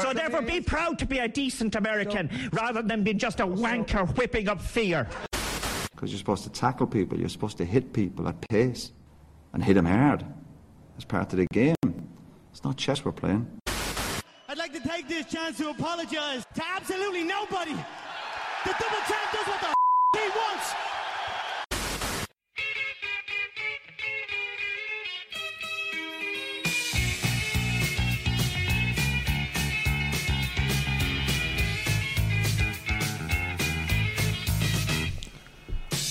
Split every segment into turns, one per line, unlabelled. So therefore, be proud to be a decent American rather than being just a wanker whipping up fear.
because you're supposed to tackle people, you're supposed to hit people at pace and hit them hard. That's part of the game. It's not chess we're playing.
I'd like to take this chance to apologize to absolutely nobody. The double champ does what the f- he wants.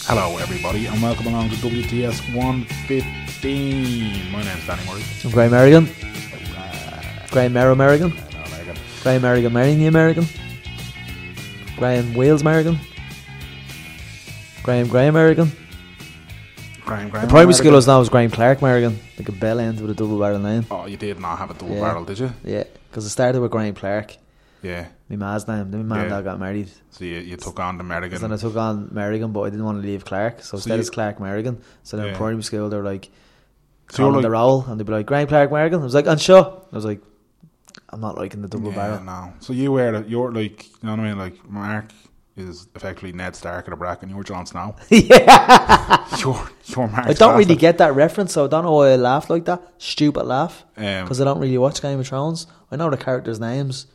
Hello, everybody, and welcome along to WTS 115. My name's Danny Murray.
Graham Merrigan. Graham Merrow Merrigan.
Hello, Megan.
Graham Merrigan marrying the American. Graham Wales Merrigan. Graham Graham Merrigan.
Graham, Graham.
The primary
Merrigan.
school I was now was Graham Clark Merrigan. Like a bell end with a double barrel name.
Oh, you did not have a double
Yeah.
barrel, did you?
Yeah, because it started with Graham Clark,
Yeah.
my ma's name. Then my mum and
Yeah.
dad got married.
So you, you took on the Merrigan.
Then I took on Merrigan, but I didn't want to leave Clark. So, instead
you-
it's Clark Merrigan. So then in
Yeah.
primary school, they were like,
So you're
calling the
like-
roll, and they'd be like, Graham Clark Merrigan. I was like, unsure. I was like, I'm not liking the double
yeah,
barrel.
no. So you were, the- you're like, you know what I mean? Like, Mark is effectively Ned Stark of the Brack, and you're Jon Snow. you're, you're Mark.
I don't really get that reference, so I don't know why I laugh like that. Stupid laugh.
Um,
Because I don't really watch Game of Thrones. I know the characters' names.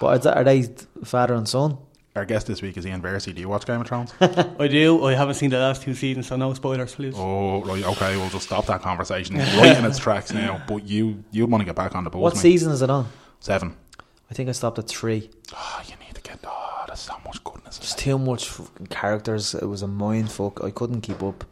But are are they father and son?
Our guest this week is Ian Versey. Do you watch Game of Thrones?
I do. I haven't seen the last two seasons, so no spoilers, please.
oh, right. Okay, we'll just stop that conversation right in its tracks now. But you, you want to get back on the board.
What season is it on?
Seven.
I think I stopped at three.
Oh, you need to get. Oh, there's so much goodness. in
Just
it.
too much fucking characters. It was a mind fuck. I couldn't keep up.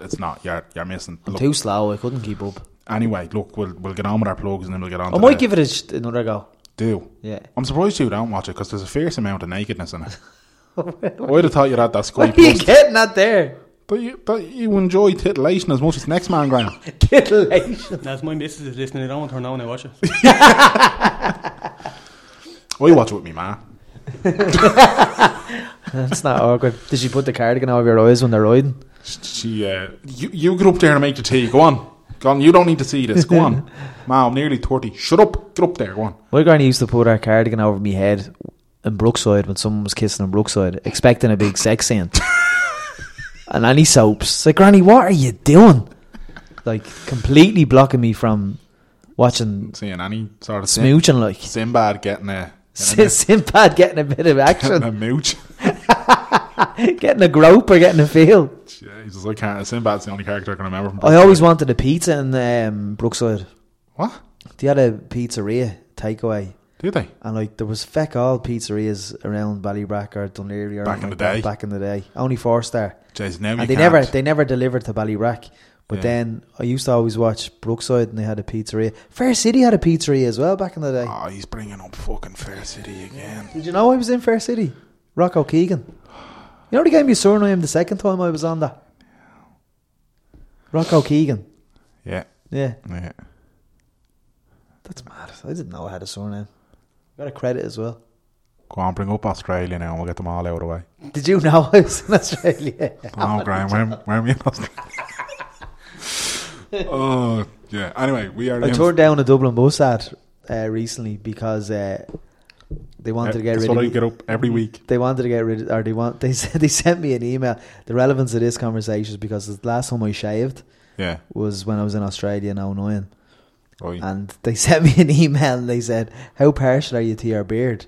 It's not. You're you're missing.
I'm
Look,
too slow. I couldn't keep up.
anyway, look, we'll we'll get on with our plugs and then we'll get on.
I
to
might
the-
give it a sh- another go.
Do.
Yeah.
I'm surprised you don't watch it because there's a fierce amount of nakedness in it. I'd have thought you'd had that
What
Skype.
are you
Plus.
getting at there?
But you, but you enjoy titillation as much as next man, Graham.
Titillation.
Now, if my missus is listening, I don't want her knowing I watch it.
I watch it with me, ma.
That's not awkward. Did she put the cardigan over your eyes when they're riding?
She, uh, you, you get up there and make the tea. Go on, go on. You don't need to see this. Go on, ma. I'm nearly thirty. Shut up. Get up there. Go on.
My granny used to put her cardigan over me head in Brookside when someone was kissing in Brookside, expecting a big sex scene. and any soaps. It's like, Granny, what are you doing? Like, completely blocking me from watching
Seeing any sort of Sim-
smooching, like.
Sinbad getting a getting a,
Sinbad getting a bit of
getting a
action,
mooch.
getting a grope or getting a feel.
Jesus, I can't. Sinbad's the only character I can remember. From
I Oh, always wanted a pizza in um, Brookside.
what
They had a pizzeria takeaway.
do they?
And like there was feck all pizzerias around Ballybrack or Dunleary or
Back
anything
in
like
the
that
day.
Back in the day, only four star,
Jeez, now you
and Ah, they
can't.
never they never delivered to Ballybrack. But
Yeah.
then I used to always watch Brookside, and they had a pizzeria. Fair City had a pizzeria as well back in the day.
oh, he's bringing up fucking Fair City again.
Did you know I was in Fair City? Rocco Keegan. You know they gave me a surname the second time I was on that. Rocco Keegan.
Yeah,
Yeah,
yeah.
that's mad. I didn't know I had a surname. Got a credit as well.
Go on, bring up Australia now, and we'll get them all out of the way.
Did you know I was in Australia?
Oh, Graham, where, where are we in Australia? oh, yeah. Anyway, we are.
I turned down a Dublin bus ad uh, recently because uh, they wanted to get
That's
rid
what I
of.
get
me.
up every week.
They wanted to get rid of, or they want. They said they sent me an email. The relevance of this conversation is because the last time I shaved
Yeah.
was when I was in Australia in 09.
Oi.
and they sent me an email and they said, "How partial are you to your beard?"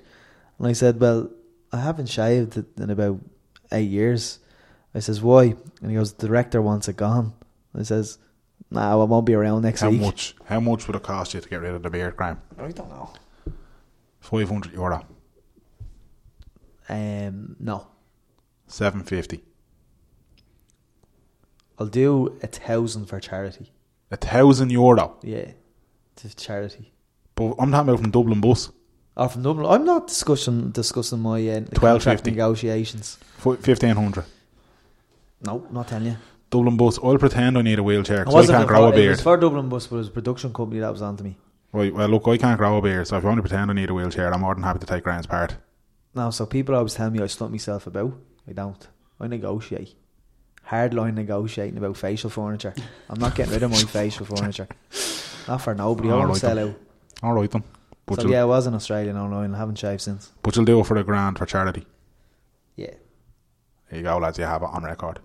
And I said, "Well, I haven't shaved it in about eight years." I says, "Why?" And he goes, "The director wants it gone." I says, "No, I won't be around next
How
week."
much? How much would it cost you to get rid of the beard, Graham?
I don't know.
Five hundred euro,
Um, no,
seven fifty,
I'll do a thousand for charity.
a thousand euro.
Yeah, to charity.
But I'm talking about from Dublin bus.
Or from Dublin. I'm not discussing discussing my uh, the contract
12.50.
negotiations.
Fifteen hundred.
No, not telling you.
Dublin bus. I'll pretend I need a wheelchair
I
because I,
wasn't
can't
for-
grow a
It
beard.
was for Dublin Bus, but it was a production company that was onto me.
right, well, look, I can't grow a beard, so if you want to pretend I need a wheelchair, I'm more than happy to take Graham's part.
No, so people always tell me I stunt myself about. I don't. I negotiate. Hardline negotiating about facial furniture. I'm not getting rid of my facial furniture. Not for nobody. I
All
want
right
to sell
then.
out.
All right then. But,
so
you'll,
yeah, I was in Australia and online. I haven't shaved since.
but you'll do it for a grand for charity.
Yeah.
There you go, lads. You have it on record.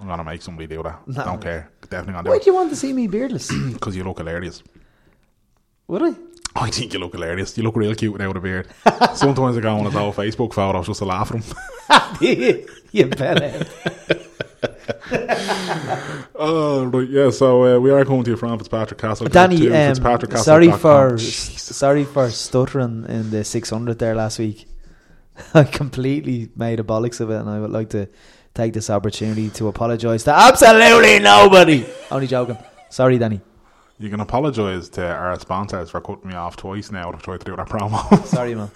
I'm going to make somebody do that.
No.
Don't care. Definitely going to do
Why
it.
do you want to see me beardless?
Because you look hilarious.
Would I?
I think you look hilarious. You look real cute without a beard. Sometimes I go on his old Facebook photos just to laugh at him.
you better.
oh, right, yeah. So uh, we are coming to you from Fitzpatrick Castle.
Danny,
Tattoo,
um,
FitzpatrickCastle.com.
sorry for
Jeez.
sorry for stuttering in the 600 there last week. I completely made a bollocks of it, and I would like to take this opportunity to apologise to absolutely nobody. Only joking. Sorry, Danny.
You can apologise to our sponsors for cutting me off twice now to try to do that promo.
Sorry, man.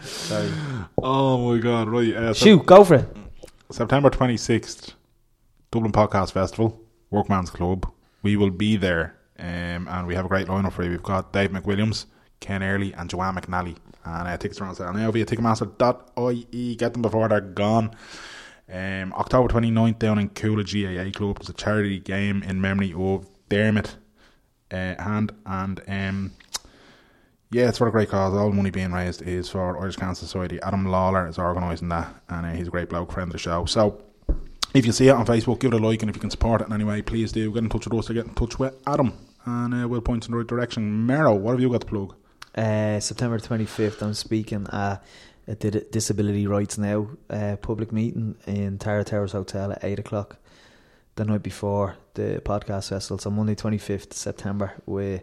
Sorry.
oh my god, right. Uh, so-
Shoot, go for it.
September 26th, Dublin Podcast Festival, Workman's Club. We will be there um, and we have a great lineup for you. We've got Dave McWilliams, Ken Early, and Joanne McNally. And uh, tickets are on sale now via Ticketmaster.ie. E. Get them before they're gone. Um, October 29th, down in Coola GAA Club, there's a charity game in memory of Dermot uh, Hand and. Um, yeah, it's for a great cause. All the money being raised is for Irish Cancer Society. Adam Lawler is organising that, and uh, he's a great bloke, friend of the show. So, if you see it on Facebook, give it a like, and if you can support it in any way, please do. Get in touch with us or get in touch with Adam, and uh, we'll point you in the right direction. Mero, what have you got to plug?
Uh, September 25th, I'm speaking at a Di- Disability Rights Now uh, public meeting in Tara Towers Hotel at 8 o'clock the night before the podcast festival. So, Monday 25th September with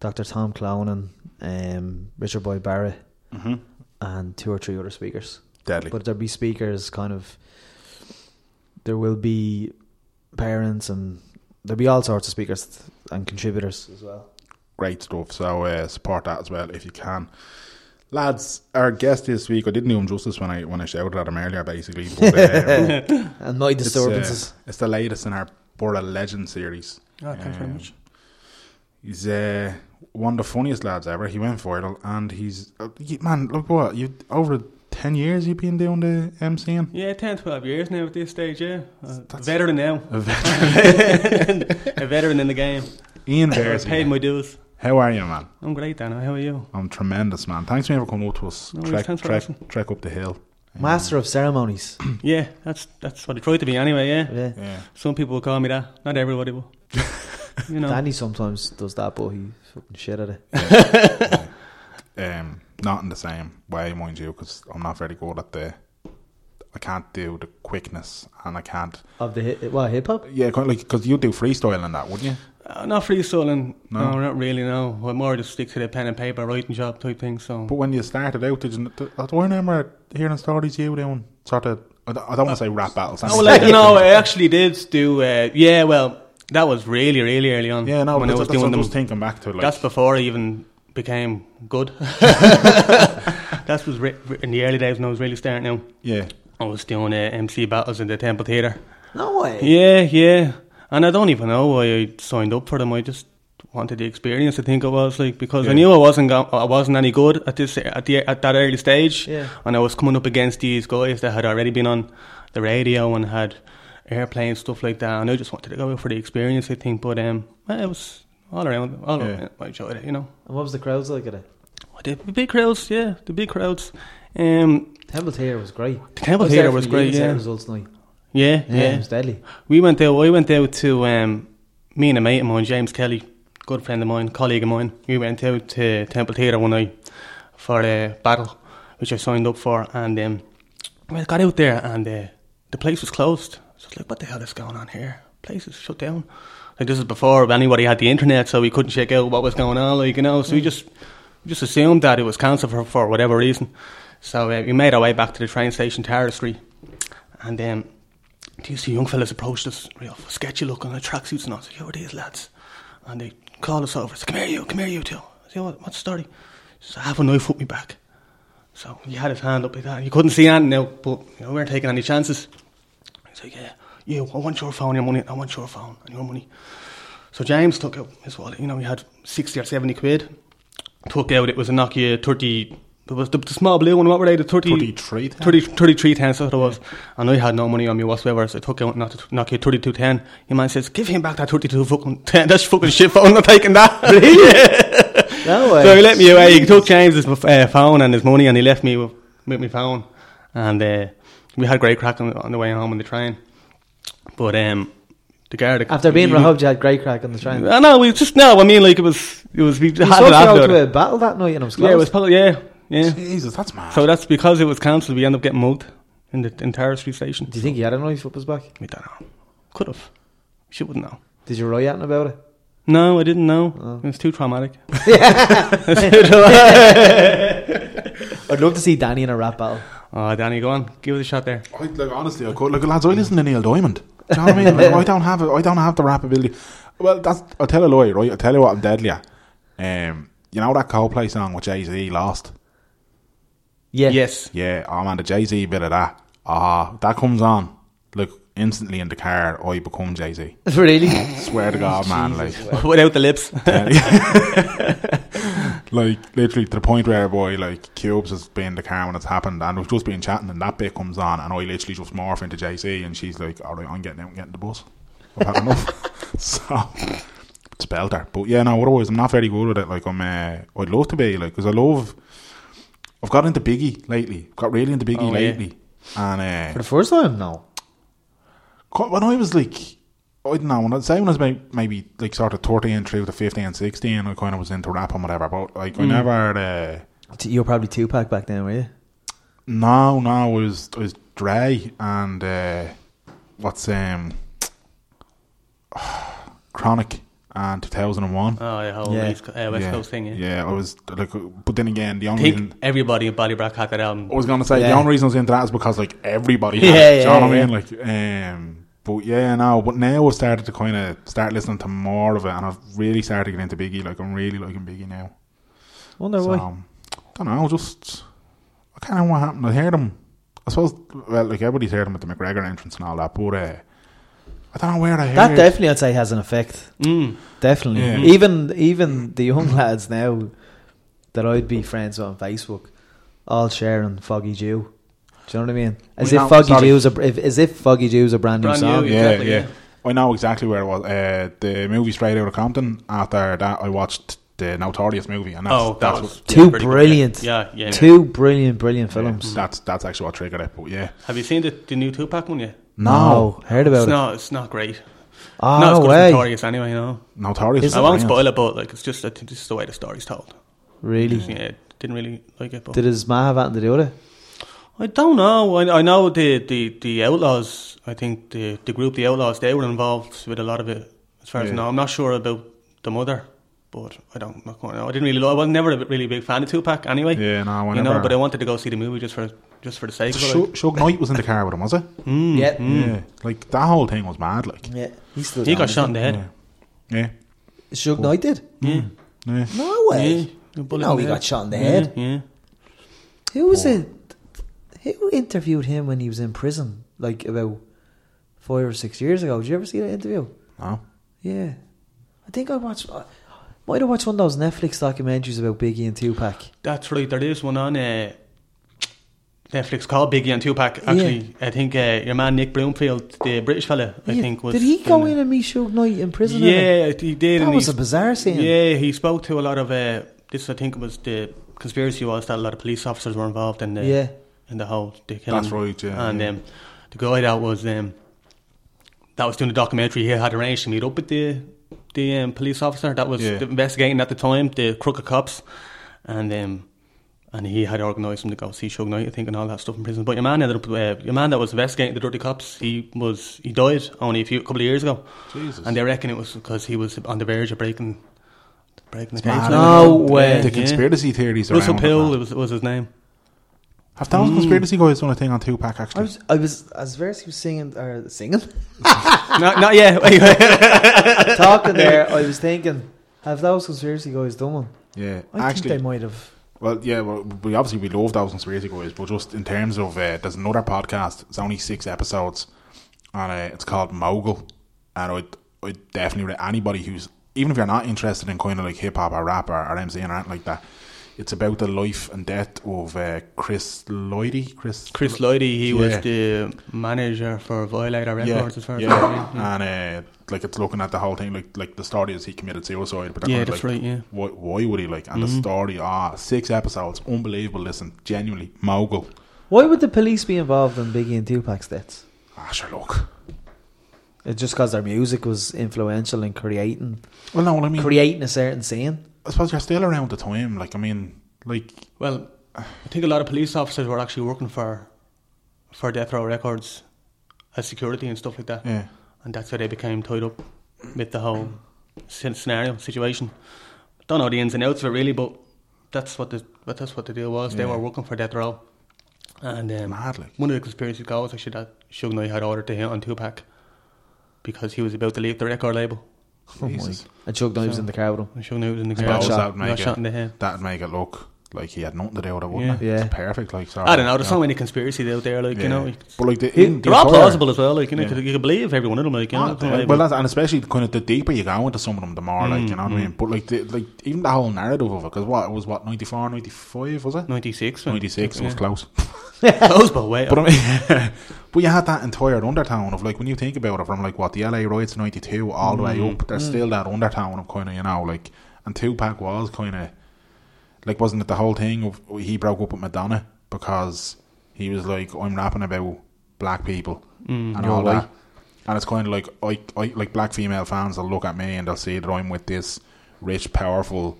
Dr. Tom Clonan, um, Richard Boy Barrett,
Mm-hmm.
and two or three other speakers.
Deadly.
But there'll be speakers kind of. There will be parents and there'll be all sorts of speakers and contributors as well.
great stuff. So uh, support that as well if you can. Lads, our guest this week, I didn't do him justice when I when I shouted at him earlier, basically. But, uh,
And my
it's, uh,
disturbances.
it's the latest in our Borough Legend series.
Ah,
Oh, thanks very
Um,
much.
He's uh, one of the funniest lads ever. He went viral, and he's uh, you- man. Look what you over ten years you've been doing the MCing.
Yeah, 10, 12 years now at this stage, yeah. Uh, a
That's-
veteran now.
A veteran.
a veteran in the game.
Ian
I
Bears,
paid my dues.
how are you, man?
I'm great, Dana. How are you?
I'm tremendous, man. Thanks man for coming up to us.
No worries,
trek,
thanks for
trek,
asking.
trek up the hill.
Master of ceremonies.
Yeah, that's that's what I try to be anyway, yeah.
Yeah.
Yeah,
Some people will call me that. Not everybody will. you know.
Danny sometimes does that, but he fucking shit at it.
um, not in the same way, mind you, because I'm not very good at the. I can't do the quickness, and I can't.
Of the hip, well, hip hop.
Yeah, kind of like because you do freestyle and that, wouldn't you?
Uh, not freestyling.
No.
No. no, not really, no. I more just stick to the pen and paper writing job type thing, so.
But when you started out, did you? Did, I remember hearing stories you doing sort of. I don't, I don't want to say rap battles.
Oh, well, like, you know, I actually did do, uh, yeah, well, that was really, really early on.
yeah, no,
when I
that's,
was
that's what
doing
I
them.
was thinking back to. Like,
That's before I even became good. that was re- re- in the early days when I was really starting out.
yeah,
I was doing uh, MC battles in the Temple Theatre.
No way.
Yeah, yeah. And I don't even know why I signed up for them. I just wanted the experience. I think it was like because
Yeah.
I knew I wasn't go- I wasn't any good at this at the at that early stage.
Yeah.
And I was coming up against these guys that had already been on the radio and had airplane stuff like that. And I just wanted to go out for the experience. I think, but um, it was all around. All
Yeah.
around. I enjoyed it. You know.
And what was the crowds like at it?
Oh, The big crowds, yeah, the big crowds. Um,
Temple Theater was great.
the Temple
I there
Theatre
for
was
the
great,
UNICEF
yeah.
results night.
yeah,
Yeah,
yeah,
it was deadly.
We went out. I went out to um, me and a mate of mine, James Kelly, good friend of mine, colleague of mine. We went out to Temple Theatre one night for a battle, which I signed up for, and um, we got out there and uh, the place was closed. So I was like, "What the hell is going on here? Place is shut down." Like this is before anybody had the internet, so we couldn't check out what was going on. Like you know, so we just we just assumed that it was cancelled for, for whatever reason. So uh, we made our way back to the train station, Tara Street, and then. Um, these two young fellas approached us, real sketchy looking, like tracksuits and all. I said, who are these lads? And they called us over. said, come here, you, come here, you two. I said, what, what's the story? He said, I have a knife with me back. So he had his hand up like that. You couldn't see anything now, but you know, we weren't taking any chances. He's like, yeah, you, I want your phone, your money, I want your phone and your money. So James took out his wallet. You know, he had 60 or 70 quid. Took out, it was a Nokia 30, There was the, the small blue one, what were they? The 30,
33 ten?
30, 33 10, so it was. And I had no money on me whatsoever, so I took out not to knock you 32 10. Your man says, Give him back that 32 fucking 10. That's fucking shit, phone. I'm not taking that.
No
So he
way.
let me away. He took James's uh, phone and his money, and he left me with, with my phone. And uh, we had great crack on, on the way home on the train. But um, the guard
After being
he-
rehubbed, you had great crack on the train.
I know we just no. I mean, like it was, it was. We
You
had
sort
it
of out
after.
to a battle that night, and I was close.
yeah, it was. probably- Yeah, yeah.
Jesus, that's mad.
So that's because it was cancelled. We ended up getting mugged in the entire street station.
Do you think he had a knife up his back?
We don't know. Could have. She wouldn't know.
Did you write anything about it?
No, I didn't know. It was too traumatic.
I'd love to see Danny in a rap battle.
Oh, Danny, go on. Give us a shot there.
I, like honestly, I could like lads. I listen to Neil Diamond. Do you know what I mean? Like, I don't have it. I don't have the rap ability. Well, that's. I'll tell a lie, right? I'll tell you what I'm deadly at. Um, you know that Coldplay song with Jay Z lost.
Yeah.
Yes.
Yeah, oh man, the Jay Z bit of that. Ah, that comes on. Look, instantly in the car, I become Jay Z.
Really?
Swear to God, man, like,
Without the lips.
like literally to the point where boy, like Cubes has been in the car when it's happened, and we've just been chatting, and that bit comes on, and I literally just morph into Jay Z, and she's like, "All right, I'm getting out and getting the bus. I've had enough." so it's belter, but yeah, no. Otherwise, I'm not very good with it. Like, I'm, uh, I'd love to be like, because I love. I've got into Biggie lately. Got really into Biggie
Oh, yeah.
lately, and uh,
For the first time? No.
Co- when I was like, I don't know, when I say when I was about maybe like sort of 13 through to 15, 16, I kind of was into rap and whatever, but like I never, uh,
T- You were probably two pack back then, were you?
no, no, I was, I was Dre and uh, what's um, Chronic and 2001.
oh, yeah, whole
Yeah.
East, Co- uh, West Coast thing. Yeah.
I was like, but then again, the
I
only
think
reason
everybody in Body Brack had that album.
I was gonna say the
Yeah.
only reason I was into that is because like everybody,
Yeah,
had it, do you
yeah,
know what
yeah.
I mean? Like, um, but yeah, no, but now I've started to kind of start listening to more of it, and I've really started getting into Biggie. Like, I'm really liking Biggie now.
Wonder
So,
why.
um, don't know, just I can't know what happened. I heard him. I suppose, well, like everybody's heard him at the McGregor entrance and all that, but uh, I don't know where I heard
That definitely, I'd say, has an effect.
Mm.
Definitely.
Yeah.
Even even the young lads now that I'd be friends with on Facebook, all sharing Foggy Jew. Do you know what I mean? As
We
if
know-
Foggy
sorry.
Jew's a if, as if Foggy Jew's a brand new
Brand new,
song.
Yeah,
Exactly,
yeah,
yeah.
I know exactly where it was. Uh, the movie Straight Outta Compton. After that, I watched the Notorious movie, and that's,
Oh, that
that's
was
Two
pretty good,
brilliant,
Yeah, yeah. yeah.
two brilliant, brilliant films.
what, Mm. that's that's actually what triggered it. But yeah,
Have you seen the, the new Tupac one yet?
No, heard about
It's
it.
not. It's not great.
oh
not as good as
way,
Notorious anyway. You know.
Notorious.
Is
is
I won't
brilliant.
spoil it, but like it's just that this is the way the story's told.
really?
Yeah, didn't really like it. But
Mm. Did his ma have anything to do with it?
I don't know. I, I know the, the, the Outlaws. I think the the group, the Outlaws, they were involved with a lot of it. As far as I
Yeah.
know, I'm not sure about the mother, but I don't not quite know. I didn't really. lo- I was never a really big fan of Tupac anyway.
Yeah, no, I
you know,
never-
but I wanted to go see the movie just for just for the sake of it. like.
Shug, Shug Knight was in the car with him, was it?
Mm,
Yeah,
Yeah, like that whole thing was mad. Like,
yeah. He's still
He
down,
got shot in
isn't
the head.
yeah, yeah,
he? Suge Knight did.
yeah.
No
Yeah,
way.
a bullet
no,
in
he
the
got
head.
shot in the
Yeah,
head.
Yeah. Oh.
Who was it? Who interviewed him when he was in prison, like about five or six years ago? Did you ever see that interview?
No.
Yeah, I think I watched. I might have watched one of those Netflix documentaries about Biggie and Tupac.
That's right. There is one on uh, Netflix called Biggie and Tupac. Actually, I think uh, your man Nick Bloomfield, the British fella, I
Yeah.
think was.
did he go
the-
in and meet Suge Knight in prison? and it?
Yeah, he did.
that
and
was
he
a bizarre scene.
Yeah, he spoke to a lot of uh, this. I think was the conspiracy was that a lot of police officers were involved in the
Yeah.
in the whole the killing.
That's right, yeah,
and
yeah.
Um, the guy that was um, that was doing the documentary, he had arranged to meet up with the the um, police officer that was
Yeah.
investigating at the time, the crooked cops, and um, and he had organised him to go see Shug Knight, I think, and all that stuff in prison. But your man ended up uh, your man that was investigating the dirty cops, he was he died only a few couple of years ago.
Jesus.
And they reckon it was because he was on the verge of breaking breaking the
mad,
case.
isn't
No it? way.
The
Yeah.
conspiracy theories around.
Russell
it,
Pill
man.
it was, was his name.
Have those conspiracy guys done a thing on Tupac?
I
Actually,
was, I was as verse he was singing or singing
not, not yeah. wait, wait.
talking there. I was thinking, have those conspiracy guys done one?
yeah,
I
actually,
think they might have.
Well, yeah, well, we obviously we love those conspiracy guys, but just in terms of uh, there's another podcast. It's only six episodes, and uh, it's called Mogul. And I, I definitely re- anybody who's even if you're not interested in kind of like hip hop or rap or, or MC or anything like that, It's about the life and death of uh, Chris Lloydy. Chris.
Chris Lloydy, he was
Yeah.
the manager for Violator Records
Yeah,
as far as
yeah.
I know.
and uh, like it's looking at the whole thing. Like like the story is he committed suicide, but they're
Yeah,
kind of
that's
like,
right, yeah. Mm-hmm.
why, why would he like? And the story, ah, six episodes, unbelievable. Listen, genuinely mogul.
Why would the police be involved in Biggie and Tupac's deaths?
Ah, sure, look.
It's just because their music was influential in creating
Well, no, well, I mean,
creating a certain scene.
I suppose you're still around the time. Like, I mean, like,
Well, I think a lot of police officers were actually working for for Death Row Records as security and stuff like that.
yeah,
And that's how they became tied up with the whole scen- scenario situation. Don't know the ins and outs of it really, but that's what the but that's what the deal was. They
Yeah.
were working for Death Row, and um,
Mad, like.
one of the conspiracy goals actually that Suge Knight had ordered to hit on Tupac because he was about to leave the record label.
Oh my.
Jesus.
And Chuck Knives
So-
in the crowd with him.
And Suge Knight was in the
I
garage,
suppose
shot.
that'd make
got shot in the head.
it. That'd make it look like he had nothing to do with it, wouldn't
Yeah.
it?
Yeah.
It's perfect. Like, sorry,
I don't know. There's
yeah.
so many conspiracies out there, like you
Yeah.
know.
but like the, in
They're
the
all
entire-
plausible as well, like you know,
Yeah.
'cause you can believe every one of them, like Mm, you know.
Yeah, well, that's, and especially kind of the deeper you go into some of them, the more like you know what I mean. But like, the, like even the whole narrative of it, because what it was what 94, 95, was it?
ninety six.
Ninety six was close.
Close, but wait.
But I mean, but you had that entire undertone of like when you think about it from like what the LA riots ninety two all the way up. There's still that undertone of kind of you know like and Tupac was kind of like wasn't it the whole thing of he broke up with Madonna because he was like I'm rapping about black people and all
right.
that. And it's kind of like I, I like black female fans. will look at me and they'll see that I'm with this rich, powerful.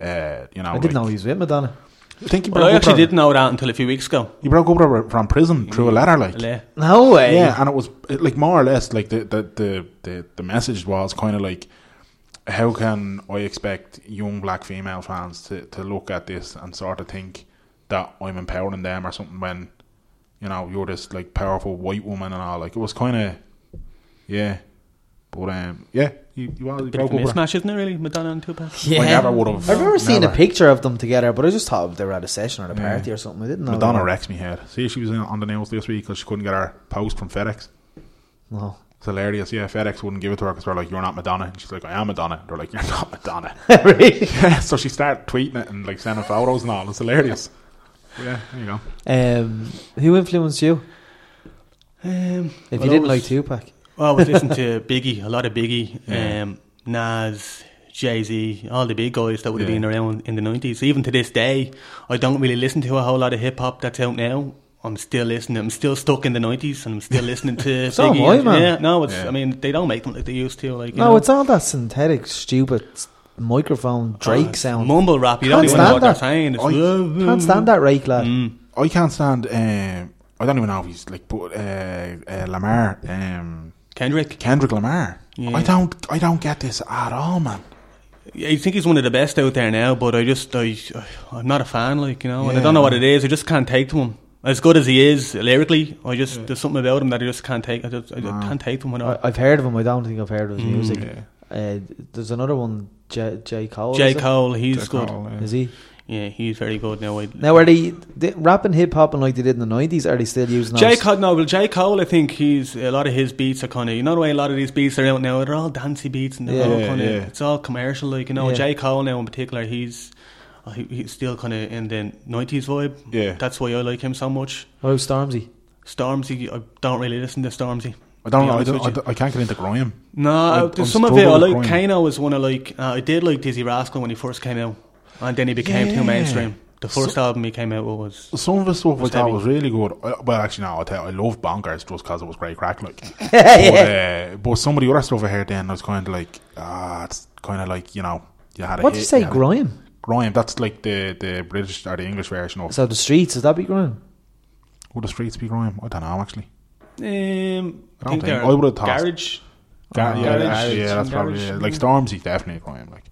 Uh, you know,
I didn't
like-
know he was with Madonna.
I think he
Well,
broke
I
up
actually
from-
didn't know that until a few weeks ago.
He broke up from- from prison through a letter, like
Yeah.
No way.
yeah, and it was it, like more or less like the the the the, the message was kind of like, how can I expect young black female fans to, to look at this and sort of think that I'm empowering them or something when, you know, you're this like powerful white woman and all. Like it was kind of, yeah, but um, yeah, you you all
Bit of
broke
a
over.
mismatch, isn't it? Really, Madonna and Tupac.
Yeah.
I never would have.
I remember seeing a picture of them together, but I just thought they were at a session or a party or something. I didn't know. they
Madonna
were-
wrecks me head. See, she was in- on the news this week because she couldn't get her post from FedEx.
No.
It's hilarious. Yeah, FedEx wouldn't give it to her because they're like, "You're not Madonna," and she's like, "I am Madonna." They're like, "You're not Madonna."
Really?
so she started tweeting it and like sending photos and all. It's hilarious. Yeah, there you go.
Um, who influenced you?
Um, well,
If
I
you didn't
was-
like Tupac,
well, I was listening to Biggie, a lot of Biggie,
Yeah.
um, Nas, Jay Z, all the big guys that would have
Yeah.
been around in the nineties. Even to this day, I don't really listen to a whole lot of hip hop that's out now. I'm still listening. I'm still stuck in the nineties, and I'm still listening to.
So am
Biggie.
I, man.
Yeah, no, it's.
Yeah.
I mean, they don't make them like they used to. Like you
no,
know.
it's all that synthetic, stupid s- microphone Drake
Oh, It's
sound.
mumble rap. You don't
Can't
even know what
stand
they're
that.
saying. It's
Can't stand that Rake lad.
Mm.
I can't stand. Um, I don't even know if he's like, but uh, uh, Lamar, um,
Kendrick.
Kendrick Lamar.
Yeah.
I don't, I don't get this at all, man.
Yeah, I think he's one of the best out there now, but I just I, I'm not a fan. Like you know, and I
Yeah.
don't know what it is. I just can't take to him. As good as he is lyrically, I just there's something about him that I just can't take. I just I just can't take to him. When I,
I, I've heard of him. I don't think I've heard of
Mm,
his music.
yeah.
Uh, there's another one, J, J. Cole.
J
is it?
Cole, he's good.
Call, uh,
Is he?
Yeah, he's very good now. I,
Now, are they, they rapping hip hop and like they did in the 90s? Are they still using
J
those-
Cole, no, well J Cole, I think he's a lot of his beats are kind of you know the way a lot of these beats are out now. They're all dancey beats and they're
Yeah.
all
Yeah,
kind of
yeah.
it's all commercial. Like you know,
Yeah.
J Cole now in particular, he's uh, he, he's still kind of in the nineties vibe.
Yeah.
that's why I like him so much.
Oh, Stormzy.
Stormsy, I don't really listen to Stormzy.
I
to be
don't know. I,
honest
don't,
with
I,
you.
don't- I can't get into Graham.
No, uh,
I'm-
there's
I'm
some of it. I
struggling
like
with Graham.
Kano was one of like uh, I did like Dizzy Rascal when he first came out, and then he became
Yeah.
too mainstream. The first album he came out with was
Some of the stuff I thought
heavy.
was really good. I, well, actually, no, I tell you, I love Bonkers just because it was great crack. Like, but, uh, but some of the other stuff I heard then I was kind of like, ah, it's kind of like you know, you had a
What do you
hit,
say,
had a-
grime?
grime. That's like the the British or the English version of
So the streets, does that be grime?
would the streets be grime? I don't know actually.
um, I, think
think-
they're
I would've thought-
Garage.
Uh,
Gar- yeah,
garage,
yeah, yeah, that's
garage,
probably yeah.
yeah.
like Stormzy definitely grime. Like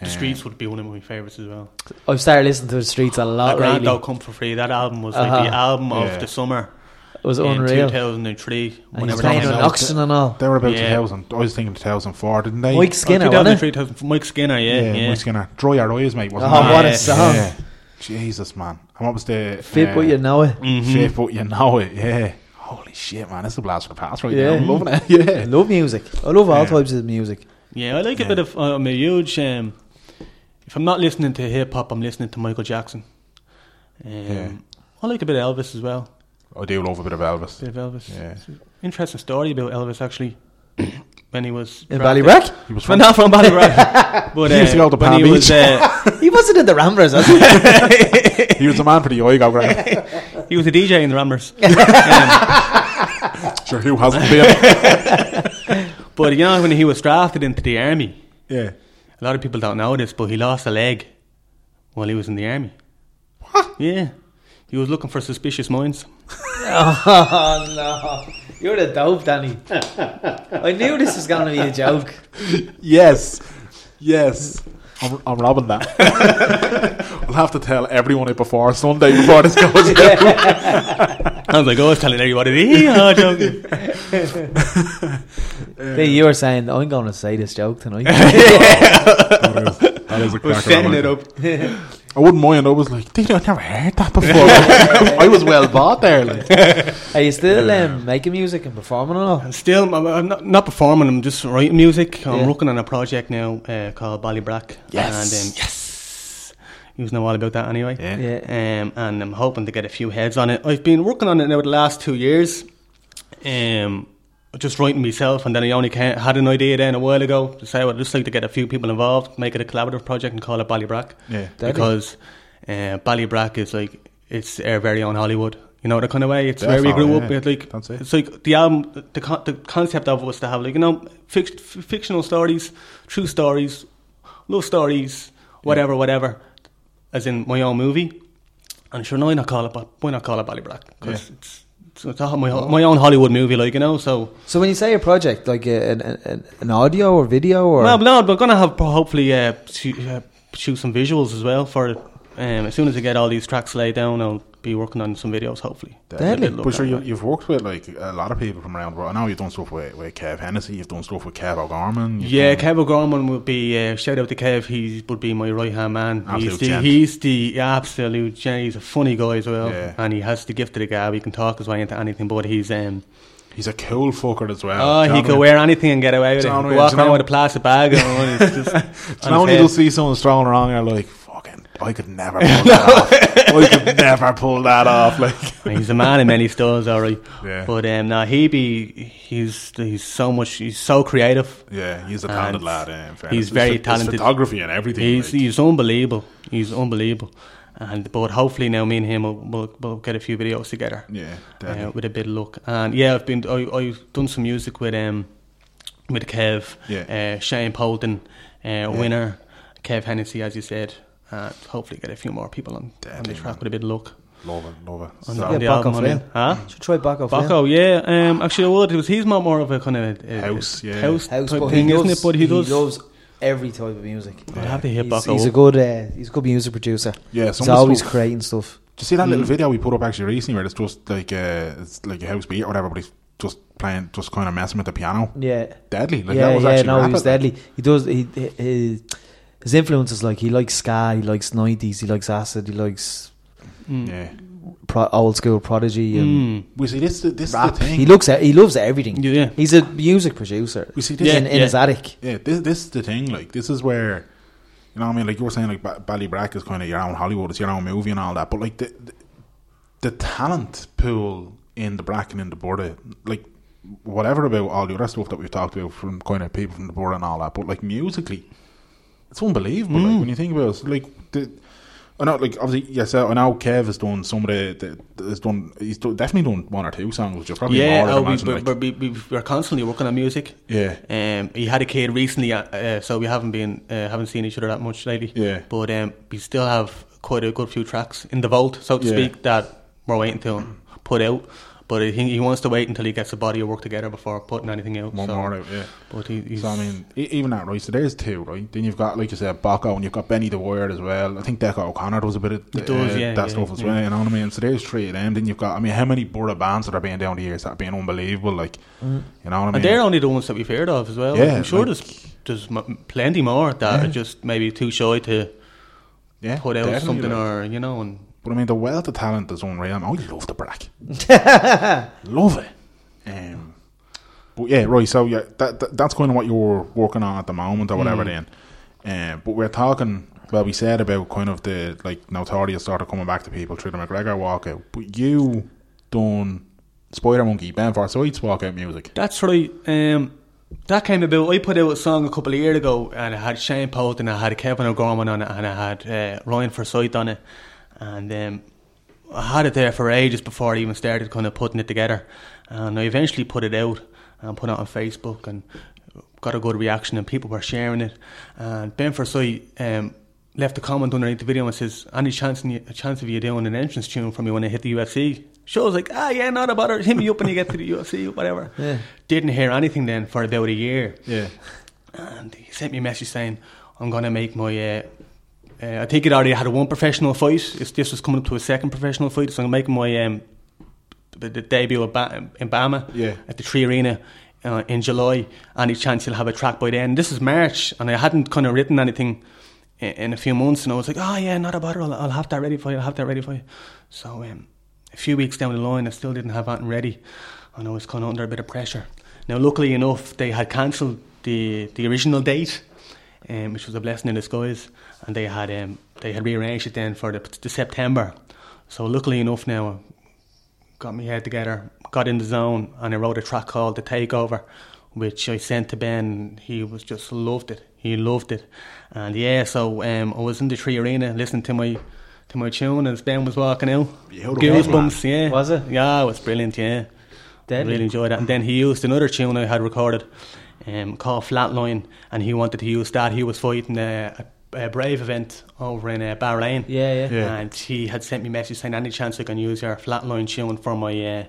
The Streets would be one of my favourites as well.
I've started listening to the streets a lot
That Rando
lately.
Come For Free, that album was
Uh-huh.
like the album
Yeah.
of the summer
It was
in
unreal.
2003.
And he's
Whenever
playing
that
on
came
an
out.
oxygen and all.
they were about
Yeah.
2000. I was thinking 2004, didn't they?
Mike
Oh,
Skinner, wasn't
2003,
it?
2000 Mike Skinner, yeah,
yeah,
yeah.
Mike Skinner. Dry your eyes, mate. Wasn't
Oh,
it?
what
Yeah.
a song.
Yeah. Jesus, man. And what was the
Fit, but you know it.
Fit, but you know it. Yeah. Holy shit, man! It's a blast for the past right
Yeah.
now. I'm loving it. Yeah.
I love music. I love all
Yeah.
types of music.
uh, Yeah, I like a bit of. I'm a huge. Um, if I'm not listening to hip hop, I'm listening to Michael Jackson. Um,
Yeah.
I like a bit of Elvis as well.
I do love a bit of Elvis.
bit of Elvis.
Yeah.
It's an interesting story about Elvis actually. when he was
In
drafted.
Ballyrack?
He was
Well,
from
not from Ballyrack. but uh,
He used to go to
when
Palm
he was, uh,
He wasn't in the Ramblers, was he?
he was the man for the Oigo Grand.
he was a DJ in the Ramblers. Um,
Sure, who hasn't been?
But you know when he was drafted into the army,
yeah.
a lot of people don't know this, but he lost a leg while he was in the army. What? Yeah. He was looking for suspicious minds.
oh, no. You're the dope, Danny. I knew this was going to be a joke.
Yes. Yes. I'm, I'm robbing that. I'll have to tell everyone it before Sunday before this goes out.
I was like, oh, I was telling everybody. Oh, joking.
Then you were saying, I'm going to say this joke tonight.
That is a
I was
cracker,
setting
I
it
like
up.
it. I wouldn't mind. I was like, dude, I never heard that before. I was well bought there. Like.
Are you still um, making music and performing and all?
And still, I'm, I'm not, not performing, I'm just writing music. I'm
Yeah.
working on a project now uh, called Ballybrack.
Yes.
And, um, yes. You know all about that anyway.
Yeah.
Um, and I'm hoping to get a few heads on it. I've been working on it now the last two years. Um, just writing myself, and then I only ca had an idea then a while ago to say I would just like to get a few people involved, make it a collaborative project, and call it Ballybrack.
Yeah.
Deadly.
because uh, Ballybrack is like it's our very own Hollywood. You know the kind of way it's where we
Definitely,
grew
yeah.
up. It's like
That's it.
it's like the album, the con- the concept of was to have like you know fic- f- fictional stories, true stories, love stories, whatever, whatever, as in my own movie. And sure, why not call it? Ba- Why not call it Ballybrack? Because
Yeah.
it's it's, it's all my, my own Hollywood movie, like you know. So
So when you say a project, like uh, an, an, an audio or video or...
well, no, we're gonna have pro- hopefully uh, shoot, uh, shoot some visuals as well for it. Um, as soon as I get all these tracks laid down, I'll be working on some videos. Hopefully,
Deadly.
But sure, you, you've worked with like a lot of people from around the world. I know you've done stuff with, with Kev Hennessy, you've done stuff with Kev O'Gorman. you've
Yeah,
done-
Kev O'Gorman would be uh, shout out to Kev. He would be my right hand man.
Absolute
he's the
gent.
he's the absolute gent. He's a funny guy as well,
Yeah.
and he has the gift of the gab. He can talk his way into anything, but he's um
He's a cool fucker as well.
oh
Do you
he
know
could
what I mean?
wear anything and get away with it.
John
Walk
Williams,
around
you know-
with a plastic bag on. It's just
So now
on
when
his
you
head.
just see someone strolling around, you're like, fucking, I could never pull that off. I could never pull that off. Like,
he's a man in many styles, alright.
Yeah.
But um, now he be he's he's so much he's so creative.
yeah, he's a talented
And
lad. eh, in fairness.
he's
His
very
ph- his
talented.
photography and everything.
He's
like.
he's unbelievable. He's unbelievable. And but hopefully now me and him will will, will get a few videos together.
Yeah, definitely.
uh, with a bit of luck. And yeah, I've been I I've done some music with um with Kev,
Yeah.
uh, Shane Polden, uh, winner Kev Hennessy, as you said. Uh, hopefully get a few more people on, on the
Deadly,
track with a bit of luck.
Love it, love it.
On,
So-
the- on the
Baco
album, I mean.
Flynn.
huh?
Should try Baco. Flynn.
Bucko, yeah. Um, actually, I would. It was he's more more of a kind of uh,
House, yeah.
house,
House,
type
but
thing,
he
isn't
loves-
it? But he, does.
loves every type of music.
I'd have to hit
He's,
Bucko.
he's a
up.
good, uh, he's a good music producer.
Yeah, some
he's
of the
always
stuff-
creating stuff.
Did you see that little
Mm.
video we put up actually recently where it's just like uh, it's like a house beat or whatever, but he's just playing, just kind of messing with the piano.
Yeah,
Deadly. Like
yeah,
that was
yeah.
actually
No,
rapid,
he was
like.
deadly. He does. He, he- his his influences like he likes ska, he likes nineties, he likes acid, he likes
Yeah.
pro- old school prodigy and
Mm.
We see this. This
rap.
is the thing.
He looks at he loves everything.
Hmm. Yeah.
he's a music producer.
We see this-
in, in
Yeah,
his attic.
yeah, this this is the thing. Like this is where you know what I mean. Like you were saying, like ba- Ballybrack is kind of your own Hollywood, it's your own movie and all that. But like the the, the talent pool in the Brack and in the border, like whatever about all the other stuff that we've talked about from kind of people from the border and all that. But like musically, it's unbelievable.
Mm.
Like when you think about it, it's like the. I know, like obviously, yes. I know Kev has done some of the, the has done. He's done, definitely done one or two songs, which are probably
Yeah,
more. I'd
oh, we,
imagine,
we,
like-
we, we, we're constantly working on music.
Yeah.
Um, he had a kid recently, uh, uh, so we haven't been uh, haven't seen each other that much lately.
Yeah.
But um, we still have quite a good few tracks in the vault, so to
Yeah.
speak, that we're waiting to put out. But I think he wants to wait until he gets a body of work together before putting anything out.
One
so.
more out, yeah.
But he, he's,
So I mean, e- even that right. So there's two, right? Then you've got, like you said, Bocco, and you've got Benny the Word as well. I think Deco O'Connor does a bit of uh,
He does, yeah,
that
yeah,
stuff as
yeah.
well. You know what I mean? So there's three of them. Then you've got, I mean, how many Borough bands that are being down the years that being unbelievable? Like, you know what I mean?
Mm. and they're only the ones that we've heard of as well.
Yeah,
I'm sure
like-
there's there's m- plenty more that are just maybe too shy to
yeah,
put out
definitely,
something
like.
or you know and
But I mean, the wealth of talent is unreal. I, mean, I Oh, love the brack, love it. Um, but yeah, right. So
Mm.
yeah, that, that that's kind of what you're working on at the moment or whatever. Then, um, but we're talking Well, we said about kind of the like notorious sort of coming back to people through the McGregor walkout, but you done Spider Monkey Ben Forsyth's walkout music.
That's right. Um, that came about. I put out a song a couple of years ago, and I had Shane Post and I had Kevin O'Gorman on it, and I had uh, Ryan Forsyth on it, and um, I had it there for ages before I even started kind of putting it together. And I eventually put it out and put it on Facebook, and got a good reaction, and people were sharing it. And Ben Forsyth um, left a comment underneath the video and says, "Any chance, in you, a chance of you doing an entrance tune for me when I hit the UFC?" Show's like, "Ah, yeah, not about it. Hit me up when you get to the UFC, whatever."
Yeah.
Didn't hear anything then for about a year
Yeah,
and he sent me a message saying, "I'm gonna make my." Uh, uh, I think it already had one professional fight. It's, this was coming up to a second professional fight, so I'm making my um, the, the debut at ba- in Bama
Yeah.
at the Tree Arena uh, in July. Any chance he'll have a track by then? This is March, and I hadn't kind of written anything in, in a few months, and I was like, "Oh yeah, not a bother. I'll, I'll have that ready for you. I'll have that ready for you." So um, a few weeks down the line, I still didn't have anything ready, and I was kind of under a bit of pressure. Now, luckily enough, they had cancelled the the original date, um, which was a blessing in disguise, and they had um, they had rearranged it then for the, the September. So luckily enough, now got my head together, got in the zone, and I wrote a track called The Takeover, which I sent to Ben. He was just loved it. He loved it, and yeah. So um, I was in the Tree Arena listening to my to my tune as Ben was walking out.
Beautiful,
Goosebumps, yeah.
Was it?
Yeah, it was brilliant. Yeah,
Deadly.
really enjoyed that. And then he used another tune I had recorded, um, called Flatline, and he wanted to use that. He was fighting a, a, a brave event over in uh, Bahrain.
Yeah, yeah.
Yeah.
And he had sent me a message saying, "Any chance I can use your flatline tune for my uh,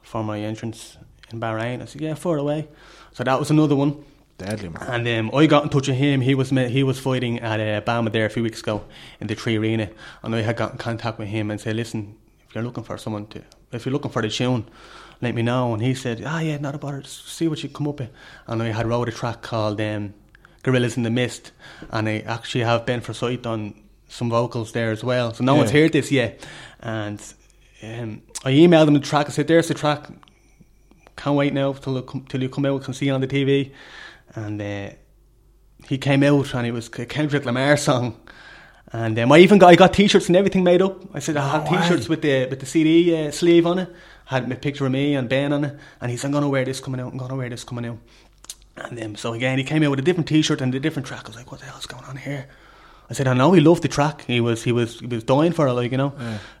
for my entrance in Bahrain?" I said, "Yeah, far away." So that was another one.
deadly man.
And um, I got in touch with him. He was ma- he was fighting at uh, Bama there a few weeks ago in the Tree Arena, and I had got in contact with him and said, "Listen, if you're looking for someone to, if you're looking for the tune, let me know." And he said, "Ah, yeah, not a bother. Just See what you come up with." And I had wrote a track called um, "Gorillas in the Mist," and I actually have Ben Forsyth on some vocals there as well. So no one's
Yeah.
heard this yet. And um, I emailed him the track. I said, "There's the track can't wait now till it come, till you come out and see it on the TV. And uh, he came out and it was a Kendrick Lamar song. And um, I even got I got t-shirts and everything made up. I said I had t-shirts with the with the CD uh, sleeve on it, had a picture of me and Ben on it. And he said I'm gonna wear this coming out. I'm gonna wear this coming out. And um, so again, he came out with a different T-shirt and a different track. I was like, "What the hell's going on here?" I said, "I know he loved the track. He was he was he was dying for it, like you know."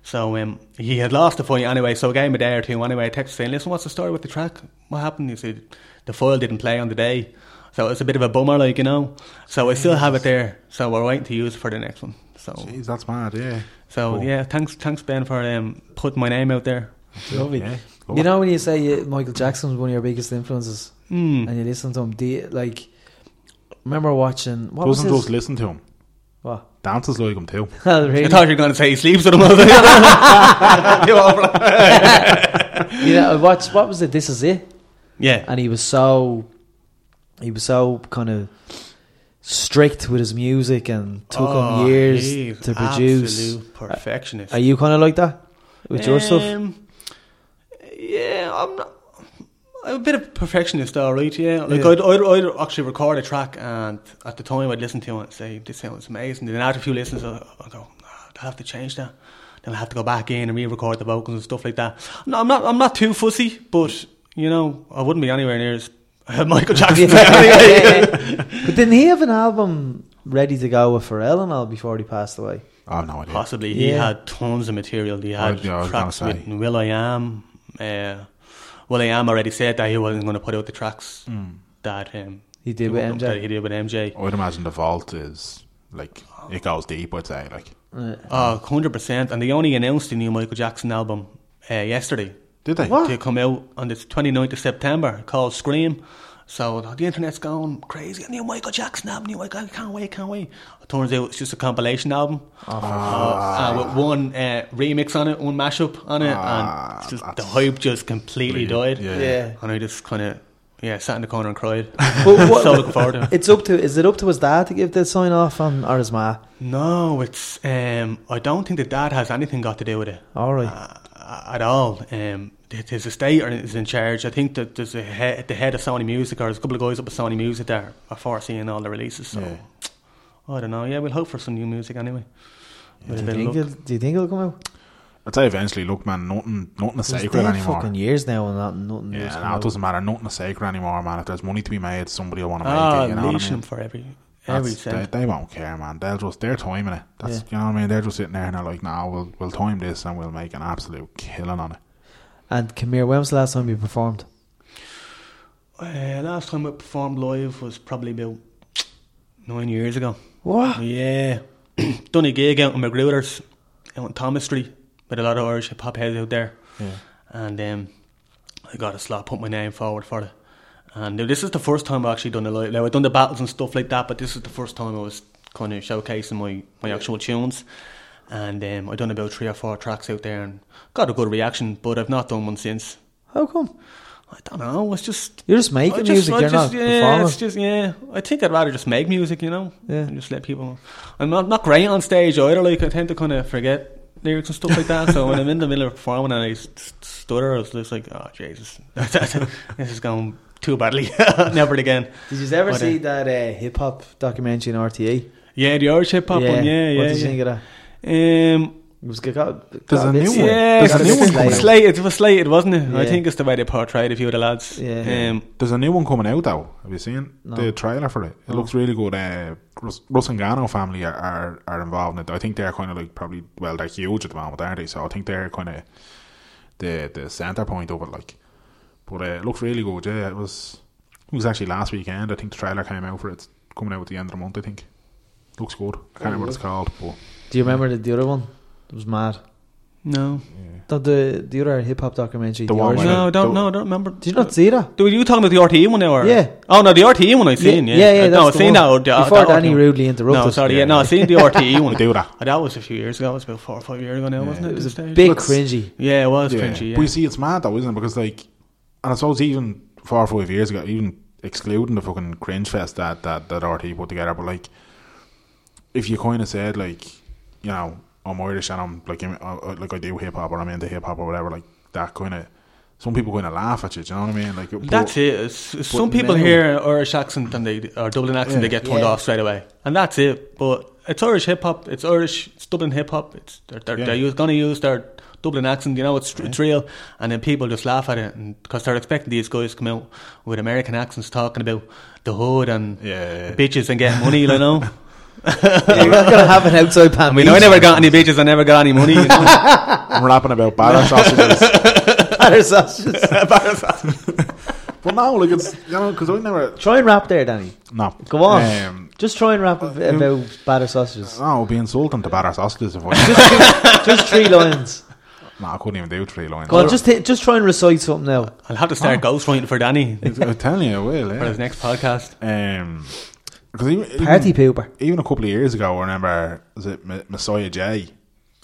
So um, he had lost the fight anyway. So I gave him a day or two anyway. I texted saying, "Listen, what's the story with the track? What happened?" He said, "The foil didn't play on the day." So it's a bit of a bummer, like you know. So I still have it there. So we're waiting to use it for the next one. So,
Jeez, that's mad. Yeah,
so yeah, thanks, thanks Ben for um, putting my name out there.
Lovely.
yeah. Love
You
it.
know when you say uh, Michael Jackson was one of your biggest influences,
Hmm.
and you listen to him, do you, like remember watching what
doesn't
was
just
his,
listen to him.
what?
Dances like him too.
Oh, really?
I thought you were going to say he sleeps with him. I was like, "You all right."
you know, I watched what was it? This is it,
yeah,
and he was so he was so kind of strict with his music, and took
Oh,
him years
he's
to produce.
absolute perfectionist.
Are you kind of like that with your stuff?
Um, Yeah, I'm not. I'm a bit of a perfectionist, all right. Yeah, like
Yeah.
I'd, I'd, I'd actually record a track, and at the time I'd listen to it and say, "This sounds amazing." Then after a few listens, I I go, "Ah, "I'll have to change that." Then I have to go back in and re-record the vocals and stuff like that. No, I'm not. I'm not too fussy, but you know, I wouldn't be anywhere near as Michael Jackson.
But didn't he have an album ready to go with Pharrell and all before he passed away?
I have no idea.
Possibly. He
Yeah.
had tons of material. He
I-
had
yeah, I was
tracks
gonna
with
say.
Will I Am. Uh, Will I Am already said that he wasn't going to put out the tracks that um,
He did with
That he
MJ.
did with MJ.
I would imagine the vault is like it goes deep. I'd say like
Uh,
Oh, 100%. And they only announced the new Michael Jackson album uh, yesterday.
did they?
To come out on the 29th of September called Scream. So the internet's going crazy. New Michael Jackson album. New Michael, can't wait, can't wait. turns out it's just a compilation album. uh, with one uh, remix on it, one mashup on it,
Ah,
and it's just, the
that's
hype just completely died.
brilliant. Yeah.
Yeah.
and I just kind of yeah sat in the corner and cried.
But what-
so looking forward to it.
It's up to is it up to his dad to give the sign off on or his ma?
No, it's um, I don't think that dad has anything got to do with it.
All right.
uh, at all. Um, th- his estate are- is in charge. I think that there's a head, the head of Sony Music, or there's a couple of guys up at Sony Music there are foreseeing all the releases. So I don't know. Yeah, we'll hope for some new music anyway. With a
Do you,
bit of
think
luck.
it'll, do you think it'll come out?
I'd say eventually, look, man, nothing, nothing is
It's
sacred
been
anymore.
fucking years now and not, nothing new's
yeah,
come
no, it
out.
doesn't matter. Nothing is sacred anymore, man. If there's money to be made, somebody will want to make
Ah,
it. You know what I
leash
mean?
them for every every
That's, they,
cent.
they won't care, man. They'll just they're timing it. That's you know what I mean. They're just sitting there and they're like, "Nah, we'll we'll time this and we'll make an absolute killing on it."
And Kamir, when was the last time you performed?
Uh, last time we performed live was probably about nine years ago.
Ah.
What?
Yeah, done a gig out in Magruder's out on Thomas Street with a lot of Irish hip hop heads out there.
Yeah.
and um, I got a slot, put my name forward for it. And this is the first time I've actually done a live. Now I've done the battles and stuff like that, but this is the first time I was kind of showcasing my, my actual tunes. And um, I've done about three or four tracks out there and got a good reaction, but I've not done one since.
How come?
I don't know. It's just
You're just making
I
music, you're
just,
not
yeah, it's
performing.
just yeah. I think I'd rather just make music, you know.
Yeah.
And just let people. I'm not not great on stage either. Like I tend to kind of forget lyrics and stuff like that. so when I'm in the middle of performing and I s- s- stutter, I was just like, oh Jesus, this is going too badly. Never again.
Did you ever
But, uh,
see that uh, hip hop documentary on RTA?
Yeah, the Irish hip hop one. Yeah, yeah.
E? What did you
yeah.
think of that?
Um,
It was good. got-
There's
got
a
bit
new
sick.
one.
yeah,
There's a
it's
new one coming out.
slated. It was slated, wasn't it? I
Yeah.
think it's the way they portrayed a few of the lads.
Yeah.
Um,
There's a new one coming out though. Have you seen
No.
the trailer for it? It looks really good. Uh, Russ, Russ and Gano family are, are are involved in it. I think they're kind of like probably well, they're huge at the moment, aren't they? So I think they're kind of the the center point of it, like. But uh, it looks really good. Yeah, it was. It was actually last weekend. I think the trailer came out for it. It's coming out at the end of the month. I think. Looks good. I can't remember
Oh,
what it's called, but
Do you remember the, the other one? It was mad.
no,
The the, the other hip hop documentary.
The
The,
one
Irish
with-
one.
no, don't,
don't-
no, I don't remember.
Did you not see that?
Dude, you talking about the RTE one now? Or?
Yeah.
Oh no, the RTE one I seen. Yeah,
yeah, yeah,
no, I
that's the
seen that.
one.
that-
Before
that
Danny
one.
rudely interrupted.
No, sorry. Yeah, no, I seen the RTE one.
do that.
That was a few years ago. It was about four or five years ago now, wasn't it?
It was a
Stage?
bit
Let's-
cringy.
Yeah, it was
Yeah.
cringy.
But
Yeah.
you see, it's mad though, isn't it? Because like, and I suppose even four or five years ago, even excluding the fucking cringe fest that that that RT put together, but like, if you kind of said like, you know, I'm Irish and I'm like, I'm- I- I- like I do hip hop or I'm into hip hop or whatever, like that kind of, some people kind of laugh at you. Do you know what I mean? Like but-
That's it. It's, it's some
but
people
now-
hear Irish accent and they or Dublin accent, they get turned
Yeah.
off straight away, and that's it. But it's Irish hip hop. It's Irish. It's Dublin hip hop. It's they're they're,
Yeah.
they're going to use their Dublin accent. You know, it's it's real, and then people just laugh at it because they're expecting these guys to come out with American accents talking about the hood and
Yeah.
bitches and getting money. You know.
We're not gonna have an outside
I
pan.
mean, I never got any bitches. I never got any money. You know?
I'm rapping about batter sausages. but no, like it's you know because I never
Try and rap there, Danny.
no
Go on.
Um,
just try and rap ab- about batter sausages.
no, it would be insulting to batter sausages if I.
just three lines.
no, I couldn't even do three lines.
Well, just hit, just try and recite something now.
I'll have to start ghostwriting for Danny for
I'm telling you, I will. Yeah.
his next podcast.
Um, because even,
Party
even,
pooper.
even a couple of years ago, I remember was it M- Messiah J.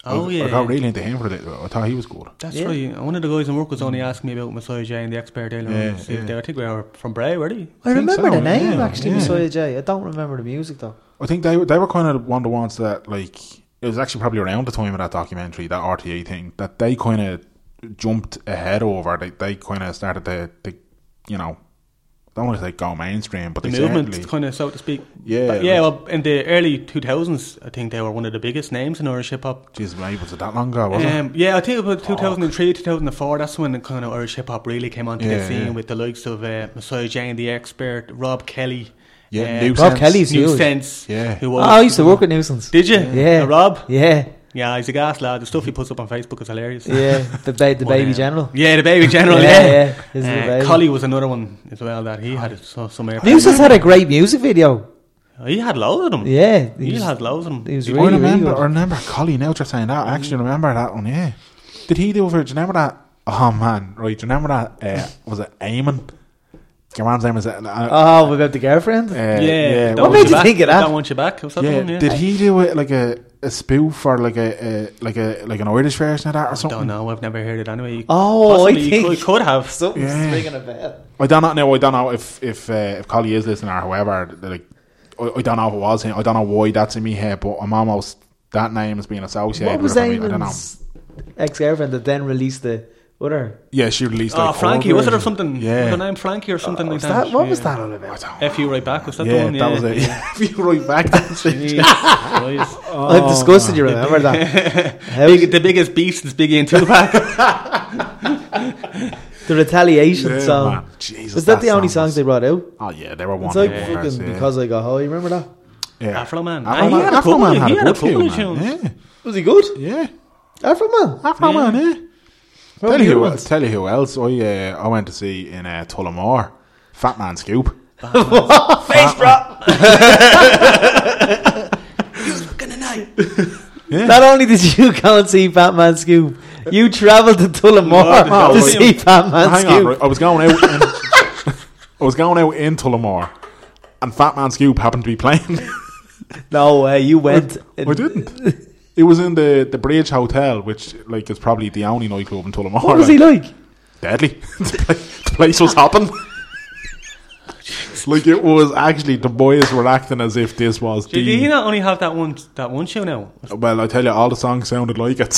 I
Oh,
was-
yeah.
I got really into him for a little. bit. I thought he was good.
That's
Yeah.
right. One of the guys in work was only asking me about Messiah J and the expert earlier
Yeah,
on. to see if
yeah.
they- I think we were from Bray, were they?
I,
think
remember
so,
the name
yeah,
actually,
yeah.
Messiah J. I don't remember the music though.
I think they were- they were kind of one of the ones that like it was actually probably around the time of that documentary, that RTA thing, that they kind of jumped ahead over. They they kind of started to, to you know. I don't want to say go mainstream, but
The
they certainly,
movement, kind of so to speak.
Yeah,
But yeah.
like-
Well, in the early two thousands, I think they were one of the biggest names in Irish hip hop.
Jeez, maybe was it that long ago? Was it?
Um, yeah, I think about 2003, 2004, that's when the kind of Irish hip hop really came onto the
Yeah,
scene
yeah.
with the likes of uh, Messiah J and the Expert, Rob Kelly.
Yeah,
uh,
New
Rob
Sense.
Kelly's
New
huge.
Sense.
Yeah.
Who
Oh,
was,
I used to work with Nuisance.
Did you?
Yeah,
Uh, Rob?
Yeah,
Yeah, he's a gas lad. The stuff he puts up on Facebook is hilarious.
yeah. The ba- the
But,
baby
um,
general.
Yeah, the baby general.
Yeah,
yeah,
yeah, his little baby.
Collie was another one as well that he had so, some air.
Nuisance had a great music video.
He had loads of them.
Yeah, he
he
was-
had loads of them.
It was
I
really, really
remember, I
good.
remember Collie now just saying that. I actually remember that one, yeah. Did he do for, do you remember that? Oh man, right, do you remember that? Uh, was it Eamon? Your man's name is. Uh, uh,
Oh, about the girlfriend.
yeah,
yeah,
yeah.
Don't
What
Want
made you
back.
think of that?
Don't want you back. Was that the
yeah,
one? Yeah.
Did he do it like a, a spoof or like a, a like a like an Irish version of that or something?
Don't know. I've never heard it anyway. You-
Oh, I
possibly you
think-
could, could have.
Something's
Yeah.
ringing a bell.
I don't know. No, I don't know if if uh, if Collie is listening or whoever. Like, I, I don't know if it was him. I don't know why that's in me head, but I'm almost that name is being associated.
What was
with it for me. I don't know.
Eamon's ex-girlfriend that then released the Other.
Yeah, she released.
Oh,
like, four
Frankie, was it or
versions.
something?
Yeah.
Was her name Frankie or something like
Uh, Was
that?
that what was that all about?
F you right back, was that the
yeah,
one?
that was it. if you right back, that's it.
Jeez,
I'm
Oh,
disgusting. You remember that? How
Big- the biggest beast is Biggie and Tupac.
the retaliation
Yeah,
song.
man. Jesus,
was that, the only
song
songs they brought out?
Oh yeah, they were one.
It's like
hit wonders,
fucking
yeah.
because I got high. Remember that?
yeah.
Afro Man.
Afro
Ah, he had a
Afro
couple
Man
of-
had
he
a
had a
good few,
couple of
man.
tunes.
Was he good?
Yeah, yeah.
Afro Man.
Afro Man, yeah.
What
Tell you,
year
who
was
else, tell you who else. I, uh, I went to see in uh, Tullamore, Fat Man Scoop.
Face drop!
Not only did you go and see Batman Scoop, you travelled to Tullamore
No, no,
to see Batman
Hang on,
Scoop.
right, I was going out. In, I was going out in Tullamore, and Fat Man Scoop happened to be playing.
No way, you went.
I didn't. It was in the the Bridge Hotel, which like is probably the only nightclub in Tullamore.
What was he like?
deadly. the, pla- the place was hopping. like it was actually the boys were acting as if this was
Did he
the.
not only have that one that one show now?
Well, I tell you, all the songs sounded like it.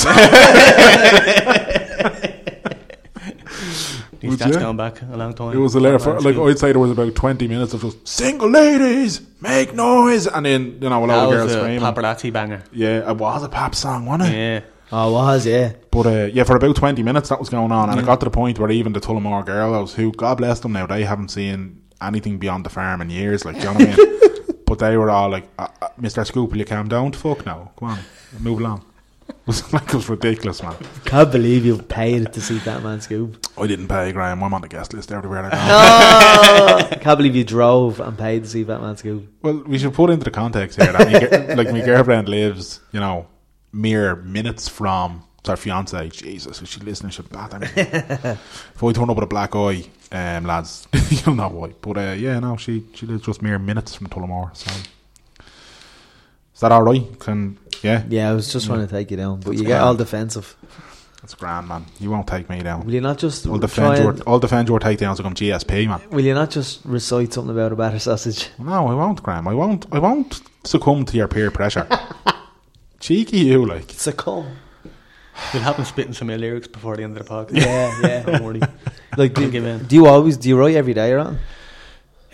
Jeez, That's
yeah.
gone back a long time.
It was hilarious. For, like I'd say there was about twenty minutes of just single ladies make noise, and then you know a lot
that
of
was
girls
a
screaming.
paparazzi banger.
yeah, it was a pop song, wasn't it?
Yeah.
Oh, was yeah.
But uh, yeah, for about twenty minutes that was going on, and it got to the point where even the Tullamore girls, who God bless them now, they haven't seen anything beyond the farm in years. Like, do you know what I mean? But they were all like, uh, uh, "Mr. Scoop, will you calm down? Fuck now, come on, move along." It was like it was ridiculous, man.
Can't believe you paid to see Batman Scoop.
I didn't pay Graham. I'm on the guest list everywhere I go.
Can't believe you drove and paid to see Batman Scoop.
Well, we should put into the context here that my, gir- like my girlfriend lives, you know, mere minutes from it's her fiance. Jesus, is she listening? She'll bat at me. if I turn up with a black eye, um, lads, you'll know why. But uh, yeah, no, she she lives just mere minutes from Tullamore. So is that all right? Can yeah,
Yeah, I was just trying to take you down, but you
grand.
get all defensive.
that's grand, man. You won't take me down.
Will you not just
I'll
try
defend
and-
your I'll defend your takedowns like I'm GSP, man.
Will you not just recite something about a batter sausage?
No, I won't, Graham. I won't. I won't succumb to your peer pressure. Cheeky, you like.
It's a cum.
We'll have him spitting some lyrics before the end of the podcast.
Yeah, yeah.
Don't worry.
Like, do,
I'll give in.
do you always do you write every day, right?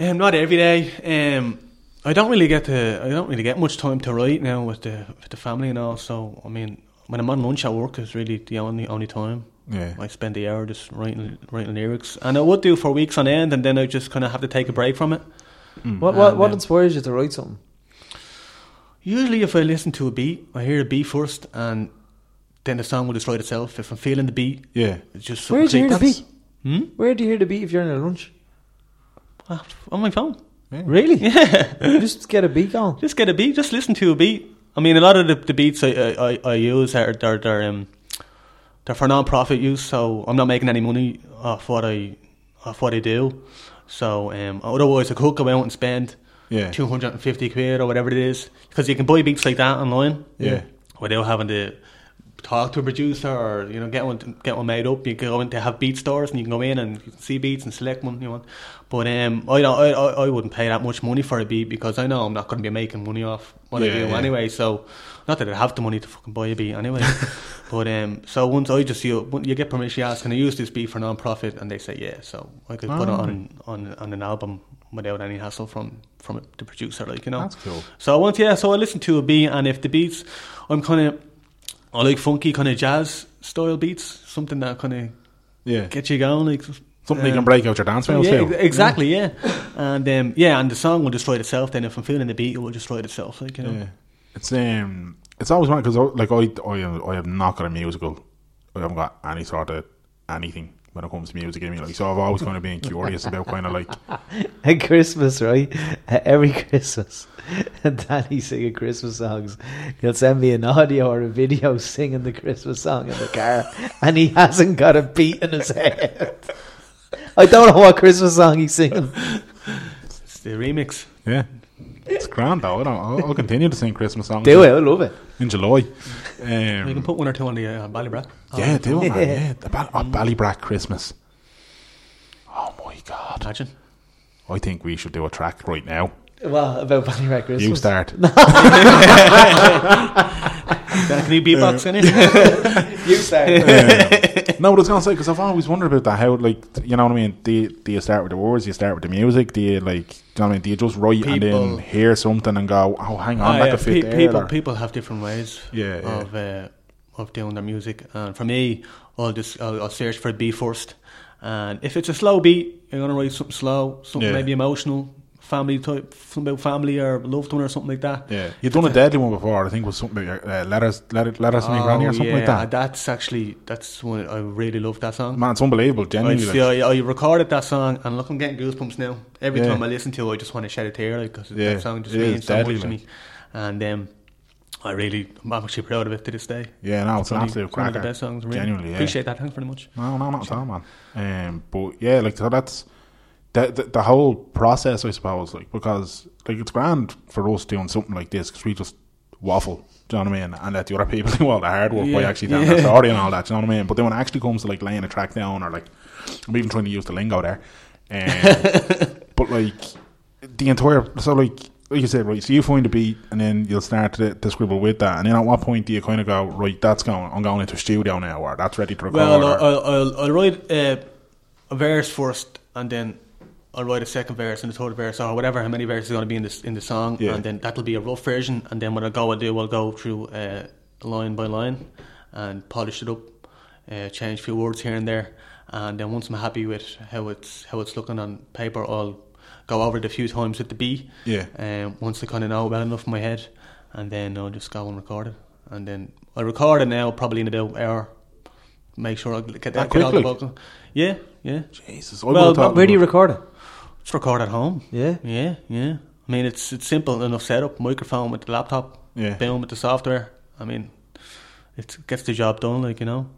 Um, not every day. Um, I don't really get to. I don't really get much time to write now with the with the family and all. So I mean, when I'm on lunch at work, is really the only only time.
Yeah.
I spend the hour just writing writing lyrics, and I would do for weeks on end, and then I just kind of have to take a break from it.
What what,
And,
what
um,
inspires you to write something?
Usually, if I listen to a beat, I hear a beat first, and then the song will just write itself. If I'm feeling the beat,
Yeah.
it's just
Where do you hear the
that's-
beat? Where do you hear the beat if you're in a lunch?
Ah, on my phone.
Really? Yeah. just get a beat going.
just get a beat. Just listen to a beat. I mean, a lot of the, the beats I, I, I- I use are they're, they're um they're for non-profit use, so I'm not making any money off what I off what I do. So um, otherwise, I could go out and spend
Yeah.
two hundred and fifty quid or whatever it is because you can buy beats like that online.
Yeah.
without having to talk to a producer or you know get one get one made up. You can go into have beat stores and you can go in and you can see beats and select one you want. But um, I don't, I, I I wouldn't pay that much money for a beat because I know I'm not going to be making money off what I
Yeah,
do
yeah.
anyway. So not that I have the money to fucking buy a beat anyway. but um, so once I just you when you get permission, you ask, can I use this beat for non profit? And they say yeah. So I could put it on,
Ah.
on on an album without any hassle from from the producer, like you know.
That's cool.
So I want yeah, so I listen to a beat and if the beats I'm kinda I like funky kind of jazz style beats, something that kinda
Yeah.
gets you going like
Something you
um,
can break out your dance moves
yeah,
to.
ex- exactly, yeah. And um, yeah, and the song will just write itself then if I'm feeling the beat it will just write itself, like you know.
Yeah. It's um, it's always one because like I, I, am- I have not got a musical. I haven't got any sort of anything when it comes to music in me. Like so, I've always kind of been curious about kind of like
At Christmas, right? At every Christmas, Danny singing Christmas songs. He'll send me an audio or a video singing the Christmas song in the car, and he hasn't got a beat in his head. I don't know what Christmas song he's singing.
It's the remix.
yeah. It's grand though. I don't, I'll, I'll continue to sing Christmas songs.
Do it, I love it.
in July.
We can
Um,
put one or two on the uh, Ballybrack.
yeah, do it, man.
Yeah.
Yeah, the Bal- oh, Ballybrack Christmas. Oh my god!
Imagine.
I think we should do a track right now.
Well, about Bunny Red Christmas.
You start.
Can you beatbox in it?
You start.
No, but I was gonna say because I've always wondered about that. How like you know what I mean? Do you, do you start with the words? Do you start with the music? Do you like? Do you know what I mean? Do you just write and then
People-
hear something and go, oh, hang on,
Ah,
that
yeah,
could fit
pe-
there?
people,
or-
people have different ways
Yeah, yeah.
of Uh, of doing their music. And for me, I'll just I'll, I'll search for a beat first. And if it's a slow beat, you're gonna write something slow, something
Yeah.
maybe emotional, family type, something about family or loved one or something like that.
Yeah, you've done a deadly one before. I think it was something about your, uh, letters, letter, letters from your granny or something like
Oh, yeah,
that.
That's actually that's one I really love that song.
Man, it's unbelievable.
I,
Genuinely,
see, I, I recorded that song and look, I'm getting goosebumps now. Every
Yeah.
time I listen to it, I just want to shed a tear because
Yeah,
that song just
it is
means so
deadly,
much to
like.
me. And um, I really, I'm actually proud of it to this day.
yeah, no, it's an
One of-
absolute
one
cracker.
of the best songs. Really.
Genuinely, yeah.
appreciate that. Thanks very much.
No, no, not at all, man. Um, but yeah, like so that's the, the the whole process, I suppose. Like because like it's grand for us doing something like this because we just waffle. Do you know what I mean? And let the other people do all the hard work by
Yeah.
actually telling their story and all that. Do you know what I mean? But then when it actually comes to like laying a track down or like I'm even trying to use the lingo there. Um, but like the entire so like like you said, right? So you find a beat and then you'll start to, to scribble with that, and then at what point do you kind of go, right? That's going. I'm going into a studio now, or that's ready to record.
Well,
or-
I'll, I'll, I'll, I'll write uh, a verse first, and then I'll write a second verse and a third verse, or whatever. How many verses are going to be in this in the song?
Yeah.
And then that'll be a rough version. And then when I go, I do. I'll go through uh, line by line and polish it up, uh, change a few words here and there. And then once I'm happy with how it's how it's looking on paper, I'll go over it a few times with the B.
Yeah.
Um, once I kind of know it well enough in my head, and then I'll just go and record it. And then I record it now, probably in about an hour. Make sure I get that, get
quick,
all the
like?
vocal. Yeah, yeah.
Jesus, I
Well,
would've thought
Where do
it
you
was-
record it?
Just record at home.
Yeah.
yeah, yeah. I mean, it's it's simple enough setup. Microphone with the laptop.
Yeah.
Boom with the software. I mean, it gets the job done, like you know.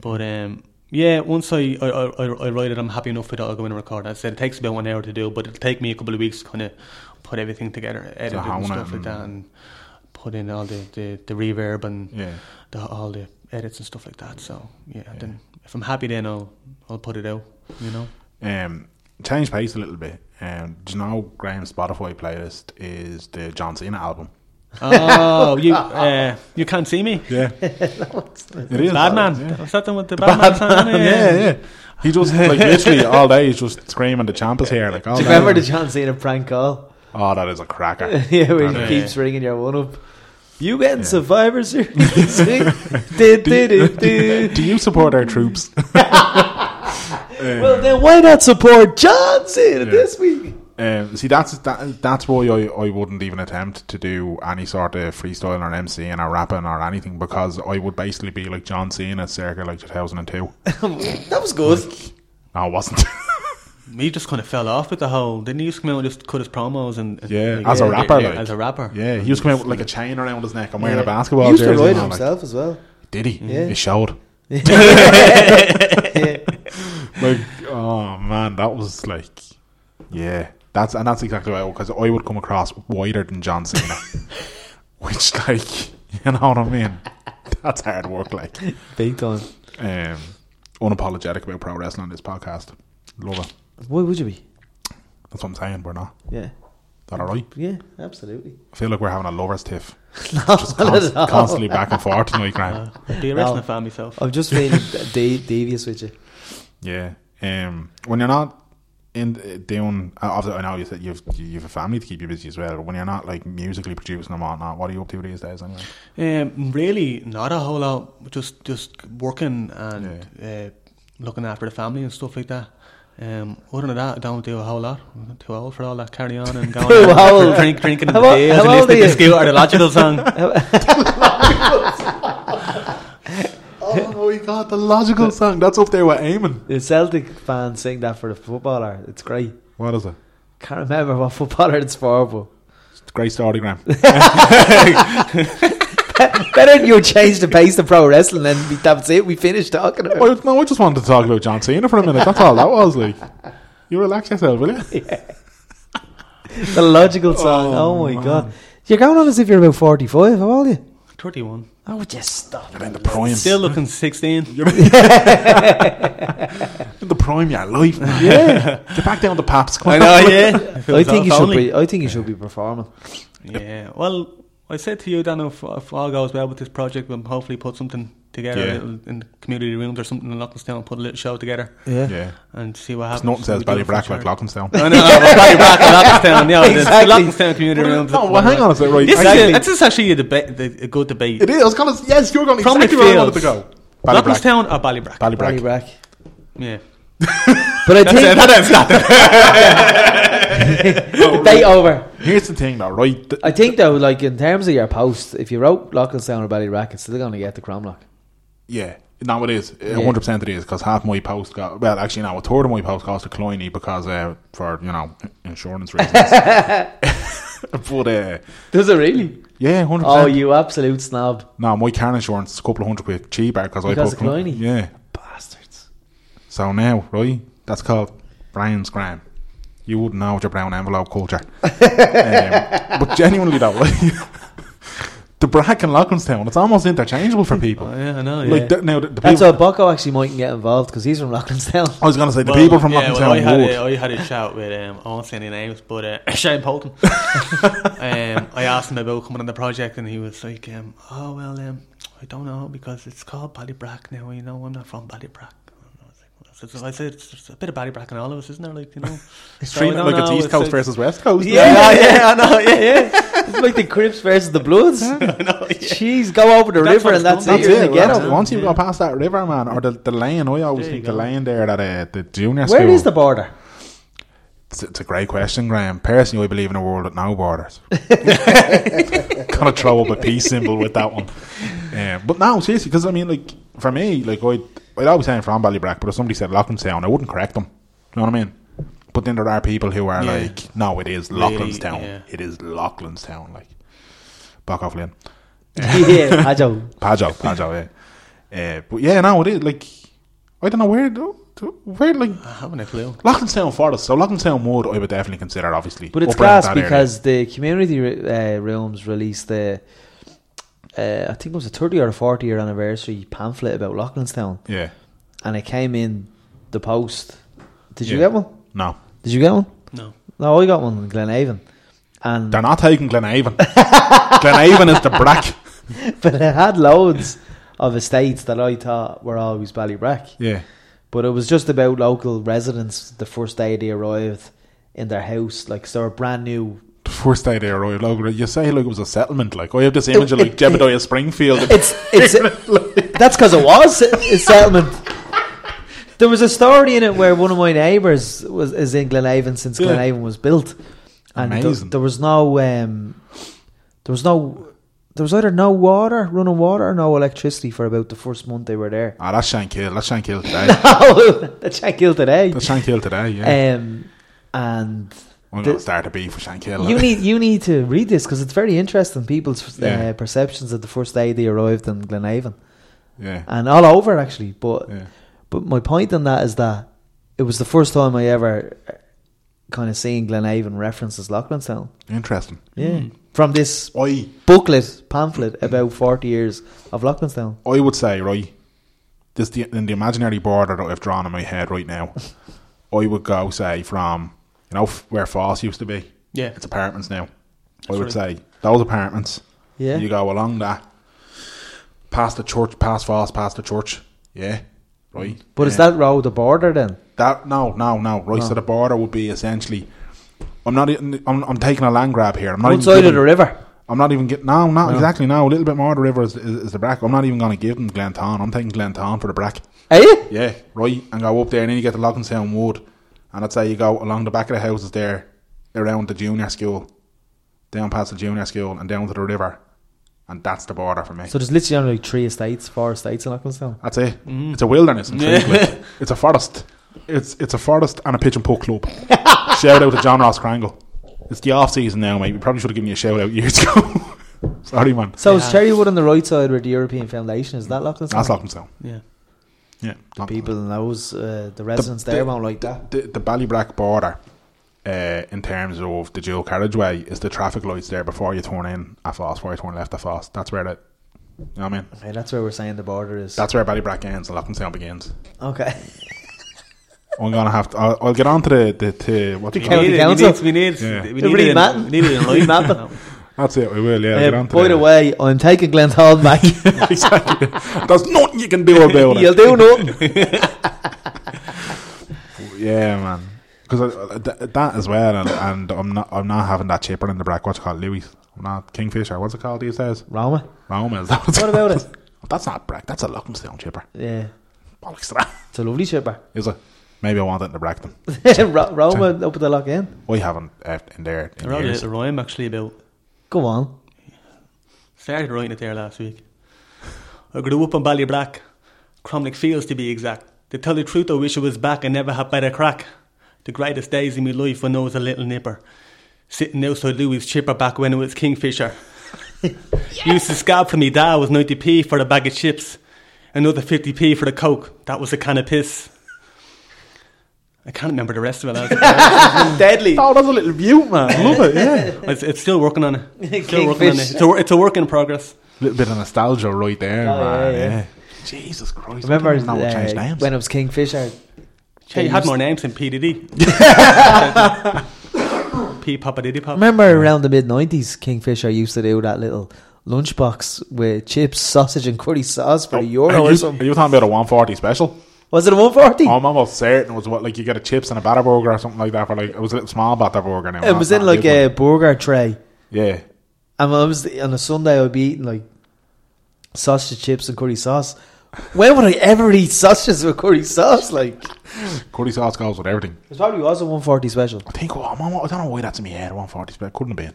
But um, yeah, once I I, I I- I write it, I'm happy enough with it. I'll go in and record. As I said it takes about one hour to do, but it'll take me a couple of weeks to kind of put everything together, edit it
hone
and
it
stuff like that, and put in all the the, the reverb and
Yeah.
the, all the edits and stuff like that. So yeah, then if I'm happy, then I'll I'll put it out. You know.
Um, change pace a little bit. Um, do you know Graham's Spotify playlist is the John Cena album?
Oh, you uh, you can't see me.
Yeah, it is.
Batman.
Yeah.
Was that the one with the, Batman song? on it?
yeah, yeah. He just like literally all day. He's just screaming the champ is here. Like, all
Do you
day.
remember the John Cena prank call?
Oh, that is a cracker.
yeah, where he
That is-
keeps ringing your one up. You getting Survivor Series? Did did did.
Do you support our troops?
Well, then why not support John Cena this week?
Um, see, that's that, that's why I, I wouldn't even attempt to do any sort of freestyle or MCing or rapping or anything because I would basically be like John Cena circa like 2002.
That was good.
No, I wasn't.
He just kind of fell off with the whole. Didn't he used to come out and just cut his promos and, and-
Yeah, as a rapper, like.
as a rapper.
Yeah, he was coming out with like a chain around his neck and wearing a basketball
He used to
jersey.
ride
and all, like,
himself as well.
Did he?
Yeah.
It showed. like, oh man, that was like, yeah, that's and that's exactly right because I would come across wider than John Cena, which like, you know what I mean? That's hard work, like,
Big time.
um, unapologetic about pro wrestling on this podcast. Love it.
Why would you be?
That's what I'm saying. We're not. Is
Yeah.
that alright?
Yeah, absolutely.
I feel like we're having a lovers tiff,
No, not
Const-
at all.
constantly back and forth tonight, Graham.
Be a wrestling fan myself.
I'm just being de- devious with you.
Yeah. Um, when you're not in uh, doing, uh, obviously, I know you said you've you've a family to keep you busy as well. When you're not like musically producing and whatnot, what are you up to these days anyway?
Um, really, not a whole lot. Just just working and uh, looking after the family and stuff like that. Um, other than that, I don't do a whole lot. I'm too old for all that carry on and going
Too
out
old.
drink, drinking in the
How old-
days and
how old
listening
are
to
you?
Scooter, the logical song.
Oh my god, the logical song that's up there with aiming.
The Celtic fans sing that for the footballer. It's great.
What is it?
Can't remember what footballer it's for, but
It's a great story, Graham.
better than you change the pace to pro wrestling and we, that's it. We finished talking about it.
Well, Oh, no, I just wanted to talk about John Cena for a minute. That's all that was like. You relax yourself, will you?
the logical song.
Oh,
Oh, my
man.
god, you're going on as if you're about forty-five. How old are you?
31.
Oh, just stop.
In the prime,
Still looking 16.
in the prime, yeah, life. Yeah, get back down the paps. Come
I
on.
know, Oh, yeah.
I think you should be. I think you should be performing.
Yeah, well, I said to you, Dan, if, if all goes well with this project, we'll hopefully put something together
Yeah.
a little in the community rooms or something in Lockmanstown and put a little show together
Yeah.
Yeah.
and see what
It's
happens.
nothing says
We do
Bally
it for
Brack like
charity.
Lockhamstown.
I know, but Bally Brack and Lockmanstown, yeah,
Exactly.
it's the Lockmanstown community rooms.
No, Oh, well, hang on a second, right.
This, is,
Exactly.
this is actually a, debate, the- a good debate.
It is. I was gonna, yes, you were going
From
exactly where I wanted to go. Ballybrack.
Lockmanstown or Ballybrack?
Barry
Ballybrack.
Brack.
yeah.
But I think
That's nothing.
debate over.
Here's the thing, though, right? The-
I think though, like in terms of your post, if you wrote Locklestown or Ballyrack, it's still going to get the Cromlock.
Yeah, no, it is. A hundred percent, it is because half my post got well. Actually, no, a third of my post got to Cloyne because uh, for you know insurance reasons. but uh,
Does it really?
yeah, hundred
Oh,
percent.
you absolute snob.
No, my car insurance is a couple of hundred quid cheaper because I
Because
put
of
Cloy-
Cloyne?
Yeah,
Bastards.
so now right, that's called Brian's Graham. You wouldn't know with your brown envelope culture, um, but genuinely though, right, the Brack and Lockmanstown, it's almost interchangeable for people.
Oh,
Oh,
Yeah, I know, yeah.
Like the, now, the, the
That's
people,
why Bucko actually mightn't get involved because he's from Locklestown.
I was gonna say the
Well,
people from
yeah,
Lockmanstown
well, I had
would.
a, I had a chat with um, I won't say any names, but uh, Shane Polton. um, I asked him about coming on the project, and he was like, um, "Oh well, um, I don't know because it's called Ballybrack now. You know, I'm not from Ballybrack." And I was like, well, so- so I said, it's just a bit of Ballybrack in all of us, isn't there? Like, you know,
It's
So I
treating it
don't
like it's
know,
East Coast versus West Coast.
Yeah, yeah, I know, yeah, yeah. It's like the Crips versus the Bloods. Jeez, go over the
That's
river
what
and
it's
that's
called.
That's
it. You're in
it.
the ghetto.
Once, once you go past that river, man, or the, the lane, I always think the lane there that uh, the junior school.
Where is the border?
It's, it's a great question, Graham. Personally, I believe in a world with no borders. Kind of throw up a peace symbol with that one. Um, but no, seriously, because I mean, like for me, like I'd, I'd always say I'm from Ballybrack, but if somebody said Lockhamstown, I wouldn't correct them. You know what I mean? But then there are people who are
Yeah.
like, no, it is Loughlinstown.
yeah.
It is Loughlinstown. Like, back off, Lynn.
yeah, I don't.
Pajo, Pajo, yeah. Uh, but yeah, no, it is like I don't know where though. Where like
I haven't a clue.
Loughnitown Forest? So Loughnitown Wood, I would definitely consider, obviously.
But it's
Up around
class
that area.
because the community re- uh, rooms released the, uh, I think it was a 30 or a 40 year anniversary pamphlet about Locklestown.
yeah,
and it came in the post. Did you
Yeah.
get one?
no,
Did you get one?
No,
No, I got one in Glenavon. And
they're not taking Glenavon. Glenavon is the brack.
but it had loads of estates that I thought were always Ballybrack.
Yeah,
But it was just about local residents the first day they arrived in their house, like so a brand new
the first day there, Royal Lough, you say like it was a settlement. Like I have this image of like Jebediah Springfield.
It's it's that's because it was a settlement. There was a story in it where one of my neighbours was is in Glenavon since
Yeah.
Glenavon was built, and th-
Amazing.
there was no um, there was no there was either no water, running water, or no electricity for about the first month they were there.
Ah, that's Shankill. That's Shankill today.
That's Shankill today.
That's Shankill today. Yeah,
eh? Um, and
I'm gonna
the-
start a beef with Shankill.
you need you need to read this because it's very interesting. People's uh,
Yeah.
perceptions of the first day they arrived in Glenavon.
yeah,
and all over actually. But
Yeah.
but my point on that is that it was the first time I ever kind of seen Glenavon references Loughlinstown.
interesting.
Yeah, from this
I
booklet pamphlet about forty years of Loughlinstown.
I would say, right, this the, in the imaginary border that I've drawn in my head right now, I would go say from you know f- where Foss used to be.
Yeah.
it's apartments now. I would
right.
say those apartments.
Yeah.
you go along that, past the church, past Foss, past the church. Yeah, right.
But is
Yeah.
that road the border then?
That no, no, no. Right, so the border would be essentially. I'm not. even- I'm, I'm taking a land grab here. I'm not
One
even
side of
giving-
the river.
I'm not even getting. No, not exactly. No, a little bit more of the river is, is, is the brack. I'm not even going to give them Glentown. I'm taking Glentown for the brack.
Are you?
Yeah, right. And go up there, and then you get to Lockingstown Wood, and I'd say you go along the back of the houses there, around the junior school, down past the junior school, and down to the river, and that's the border for me.
So there's literally only like three estates, four estates in Loughlinstown.
that's it. It's a wilderness. In truth, like. It's a forest. It's it's a forest and a pitch and puck club. shout out to John Ross Crangle. It's the off season now, mate. We probably should have given you a shout out years ago. Sorry, man.
So is Cherrywood on the right side where the European Foundation is that Loughlinstown?
That's Lockingstown.
yeah.
Yeah, Lockingstown.
People and those uh, the residents there won't like that.
The, the Ballybrack border, uh, in terms of the dual carriageway, is the traffic lights there before you turn in at Foss, before you turn left at Foss. That's where that. You know what I mean?
Okay, that's where we're saying the border is.
That's where Ballybrack ends and Lockhamstown begins.
okay.
I'm gonna have to. I'll, I'll get on to the, the to what do you
County
call
We needed,
it?
we
Council.
needed, we needed,
Yeah.
we
The
needed, an-
remapping.
we needed an enlightenment.
Remapping.
That's it, we will, yeah.
Uh,
get on to
by the way, I'm taking Glenn Hall back.
exactly. There's nothing you can do about it.
You'll do nothing.
Yeah, man. Because th- that as well, and, and I'm not I'm not having that chipper in the back. What's it called, Louis? I'm not Kingfisher. What's it called these days?
Roma.
Roma. Is that what
What about it?
That's not brack. That's a Lockhamstown chipper.
Yeah.
Bollocks to that.
It's a lovely chipper.
Is it? Maybe I want it in the Brackton.
Ro- Roma up at the lock in.
I haven't uh, in there
I
in
wrote a
years.
little rhyme actually about
Go on.
Started writing it there last week. I grew up on Ballybrack, Cromnick Fields to be exact. To tell the truth, I wish I was back and never had better crack. The greatest days in my life when I was a little nipper. Sitting outside Louis' chipper back when it was Kingfisher. Used to scab for me dad was 90p for a bag of chips. Another 50p for the coke. That was a can of piss. I can't remember the rest of it. lads.
Deadly.
Oh, that's a little beaut, man. I love it, yeah.
it's, it's still working on it. Still working on it.
Kingfish.
It's a, wor- it's a work in progress.
A little bit of nostalgia right there,
Oh,
man.
yeah,
Yeah,
yeah.
Jesus Christ.
Remember
I didn't know we
uh,
changed names.
when it was Kingfisher?
Yeah, you had more names than PDD. P Papa Diddy Pop.
Remember around the mid nineties, Kingfisher used to do that little lunchbox with chips, sausage, and curry sauce for a
are,
euro
you,
or something.
are you talking about a 140 special?
Was it a one forty?
I'm almost certain it was what, like you get a chips and a batter burger or something like that for like, it was a little small batter burger now.
It
not-
was
not
in like
big
a
one.
burger tray.
Yeah.
And I was on a Sunday, I'd be eating like sausage chips and curry sauce. When would I ever eat sausages with curry sauce? Like
Curry sauce goes with everything.
it probably was a one forty special.
I think, oh, I'm, almo- I don't know why that's in my head, 140 special. Couldn't have been.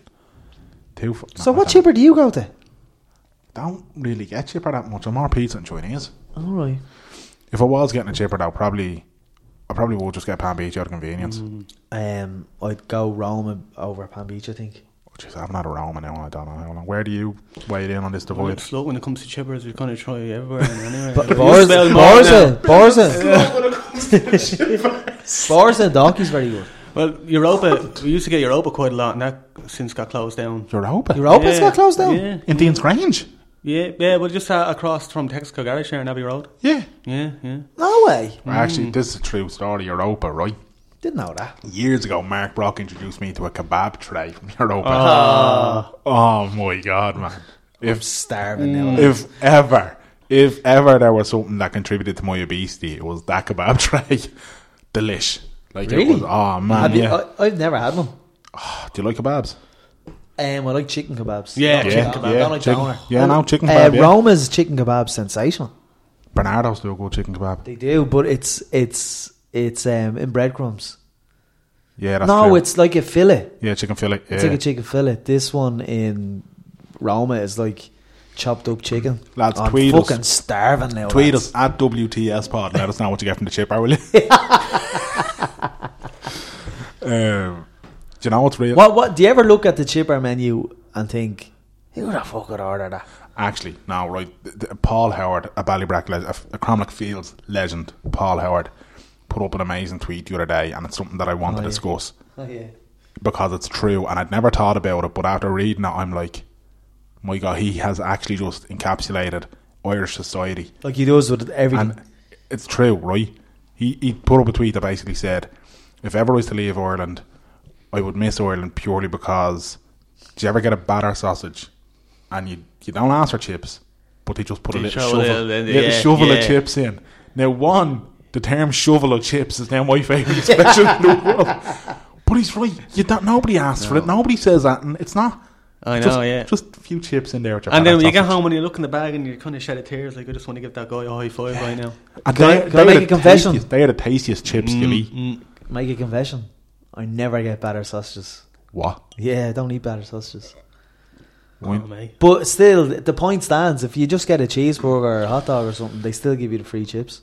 Two, f-
So
no,
what
I don't-
chipper do you go to?
don't really get chipper that much. I'm more pizza and Chinese.
All right.
If I was getting a chipper, though, probably I probably would just get pan beach out of convenience.
Um, I'd go Rome over Pan Beach, I think.
Oh, jeez, I haven't had a Roma now. I don't know. how long. Where do you weigh in on this
Well,
divide?
it's slow when it comes to chippers. You're going to try everywhere and anywhere.
But
You
Bars-
spell more
Barzil,
than-
Barzil, Barzil and Dockey's very good.
Well, Europa, we used to get Europa quite a lot, and that since got closed down.
Europa.
Europa's
Yeah,
got closed down.
Yeah,
In Dean's Grange.
yeah, yeah. Well, just uh, across from Texaco Garage there in Abbey Road.
Yeah.
Mm.
Yeah, yeah.
No way.
Actually, this is a true story. Europa, right?
Didn't know that.
Years ago, Mark Brock introduced me to a kebab tray from Europa.
Ah.
Oh, my God, man. If,
Starving now.
if ever, if ever there was something that contributed to my obesity, it was that kebab tray. Delish. Like
Really?
it was, oh man,
Have you, uh,
yeah.
I, I've never had one.
Do you like kebabs?
Um, I like chicken kebabs.
Yeah,
Not
yeah,
chicken kebab. I don't like
chicken,
doner.
yeah, no, chicken
Uh,
kebab. yeah.
Roma's chicken kebab sensational.
Bernardo's do a good chicken kebab.
They do, but it's it's it's um in breadcrumbs.
Yeah, that's
no,
true.
it's like a fillet.
yeah, er chicken fillet. Yeah.
It's like a chicken fillet. This one in Roma is like chopped up chicken.
Lads,
I'm
tweet us.
fucking starving now.
Tweet
lads.
us at WTS Pod. Let us know what you get from the chipper, will you? um, do you know what's real?
What what do you ever look at the chipper menu and think who the fuck would order that?
Actually, no, right. th- th- Paul Howard, a Ballybrack, le- a, f- a Cromlech Fields legend, Paul Howard, put up an amazing tweet the other day, and it's something that I want
Oh,
to
yeah.
discuss
Oh yeah.
because it's true, and I'd never thought about it, but after reading it, I'm like, my God, he has actually just encapsulated Irish society.
Like he does with everything.
And it's true, right? He he put up a tweet that basically said, "If ever I was to leave Ireland, I would miss Ireland purely because. Do you ever get a batter sausage, and you you don't ask for chips, but they just put a
They
little
throw a
shovel,
little-
little,
yeah,
shovel of
yeah.
chips in? Now, one, the term shovel of chips is now my favorite expression in the world. But he's right. You don't, nobody asks for it. Nobody says that, and it's not.
I
just,
know, yeah.
Just a few chips in there. with your
and then
batter
when you get
sausage.
home and you look in the bag and you kind of shed a tears, like I just want to give that guy a high five right now.
And
Can I-
they're-
can I
they're
make
the
a confession?
tastiest- They are the tastiest chips
Mm.
you'll eat.
Make a confession. I never get batter sausages.
What?
Yeah, I don't eat batter sausages.
Oh, mate.
But still, the point stands. If you just get a cheeseburger or a hot dog or something, they still give you the free chips.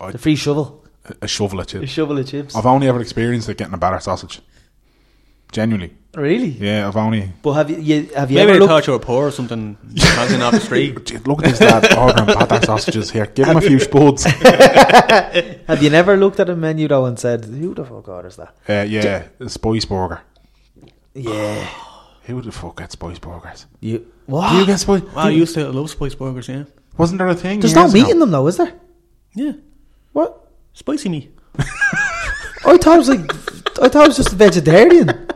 I-
the free shovel.
A shovel of
The
chips.
shovel of chips.
I've only ever experienced it getting a batter sausage. Genuinely.
Really?
Yeah, I've only.
But have you, you have you
Maybe
ever
they
looked?
thought you were poor or something, hanging off the street.
Jeez, Look at this lad ordering batter sausages here. Give him a few spuds.
Have you never looked at a menu though and said, "Who the fuck orders that?"
Uh, yeah, a spice burger.
Yeah.
Who the fuck gets spice burgers?
You
Do you
what?
get spice?
Wow, I used to love spice burgers, yeah.
Wasn't there a thing?
There's no
years
meat
ago?
in them though, is there?
Yeah.
What?
Spicy me.
I thought it was like I thought it was just a vegetarian.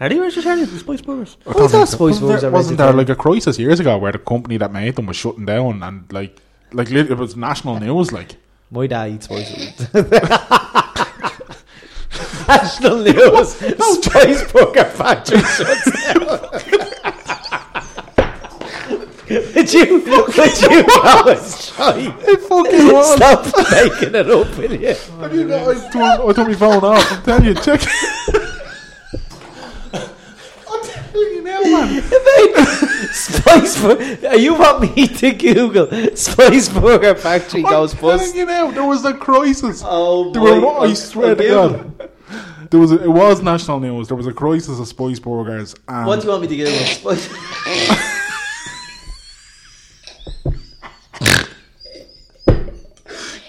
Are they Richard Harris and Spice Burgers?
I
thought
don't think
Spice
so. wasn't
Wars
there,
are
wasn't there
rated
like a crisis years ago where the company that made them was shutting down and like like lit- it was national news like
My dad eats Spice Wars. National news. Spice Burger Factory shuts down. Did you? Did you? That was shy.
it fucking was.
Stop making it up, will you?
I mean, I turned I turned my phone off. I'm telling you, check. I'm telling you now, man.
Spice Burger. You want me to Google Spice Burger Factory
I'm
goes
telling
bust?
you now, there was a crisis.
Oh,
there were,
boy.
I swear to
I'll
God, there was. A, it was national news. There was a crisis of Spice Burgers, and
What do you want me to Google? Spice.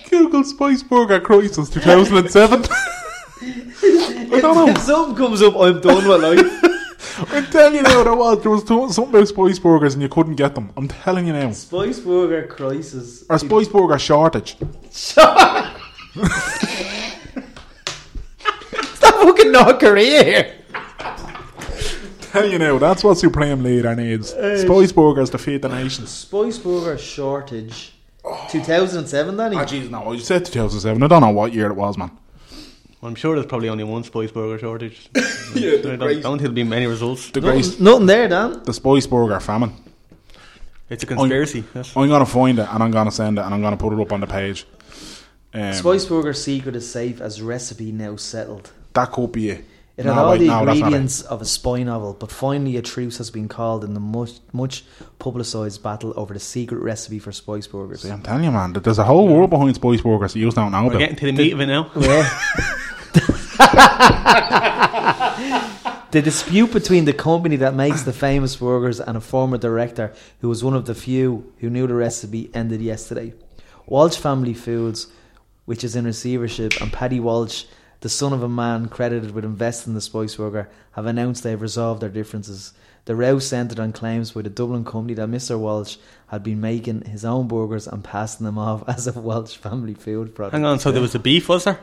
Google Spice Burger crisis 2007. I don't know.
If something comes up, I'm done with life.
I'm telling you now, there was there was to- something about Spice Burgers, and you couldn't get them. I'm telling you now.
Spice Burger Crisis.
Or Spice Burger shortage.
Stop fucking North Korea here.
Tell you now, that's what Supreme Leader needs. Spice Burgers to feed the nation.
Spice Burger Shortage. 2007, Danny?
Ah, jeez, no, you said 2007. I don't know what year it was, man.
Well, I'm sure there's probably only one Spice Burger shortage. yeah, I don't, don't think there'll be many results.
The great,
nothing, nothing there, Dan.
the Spice Burger famine.
It's a conspiracy. Yes.
I'm gonna find it and I'm gonna send it and I'm gonna put it up on the page. Um,
Spice Burger secret is safe as recipe now settled.
That could be it.
It had
No,
all
wait,
the
no, that's not it.
ingredients of a spy novel, but finally a truce has been called in the much, much publicised battle over the secret recipe for Spice Burgers.
See, I'm telling you, man, that there's a whole world behind Spice Burgers that you just don't know
We're
about.
getting to the meat of it now.
Yeah. the dispute between the company that makes the famous burgers and a former director who was one of the few who knew the recipe ended yesterday. Walsh Family Foods, which is in receivership, and Paddy Walsh, the son of a man credited with investing in the Spice Burger, have announced they have resolved their differences. The row centred on claims by the Dublin company that Mr. Walsh had been making his own burgers and passing them off as a Welsh family food product.
Hang on, so there was a beef, was there?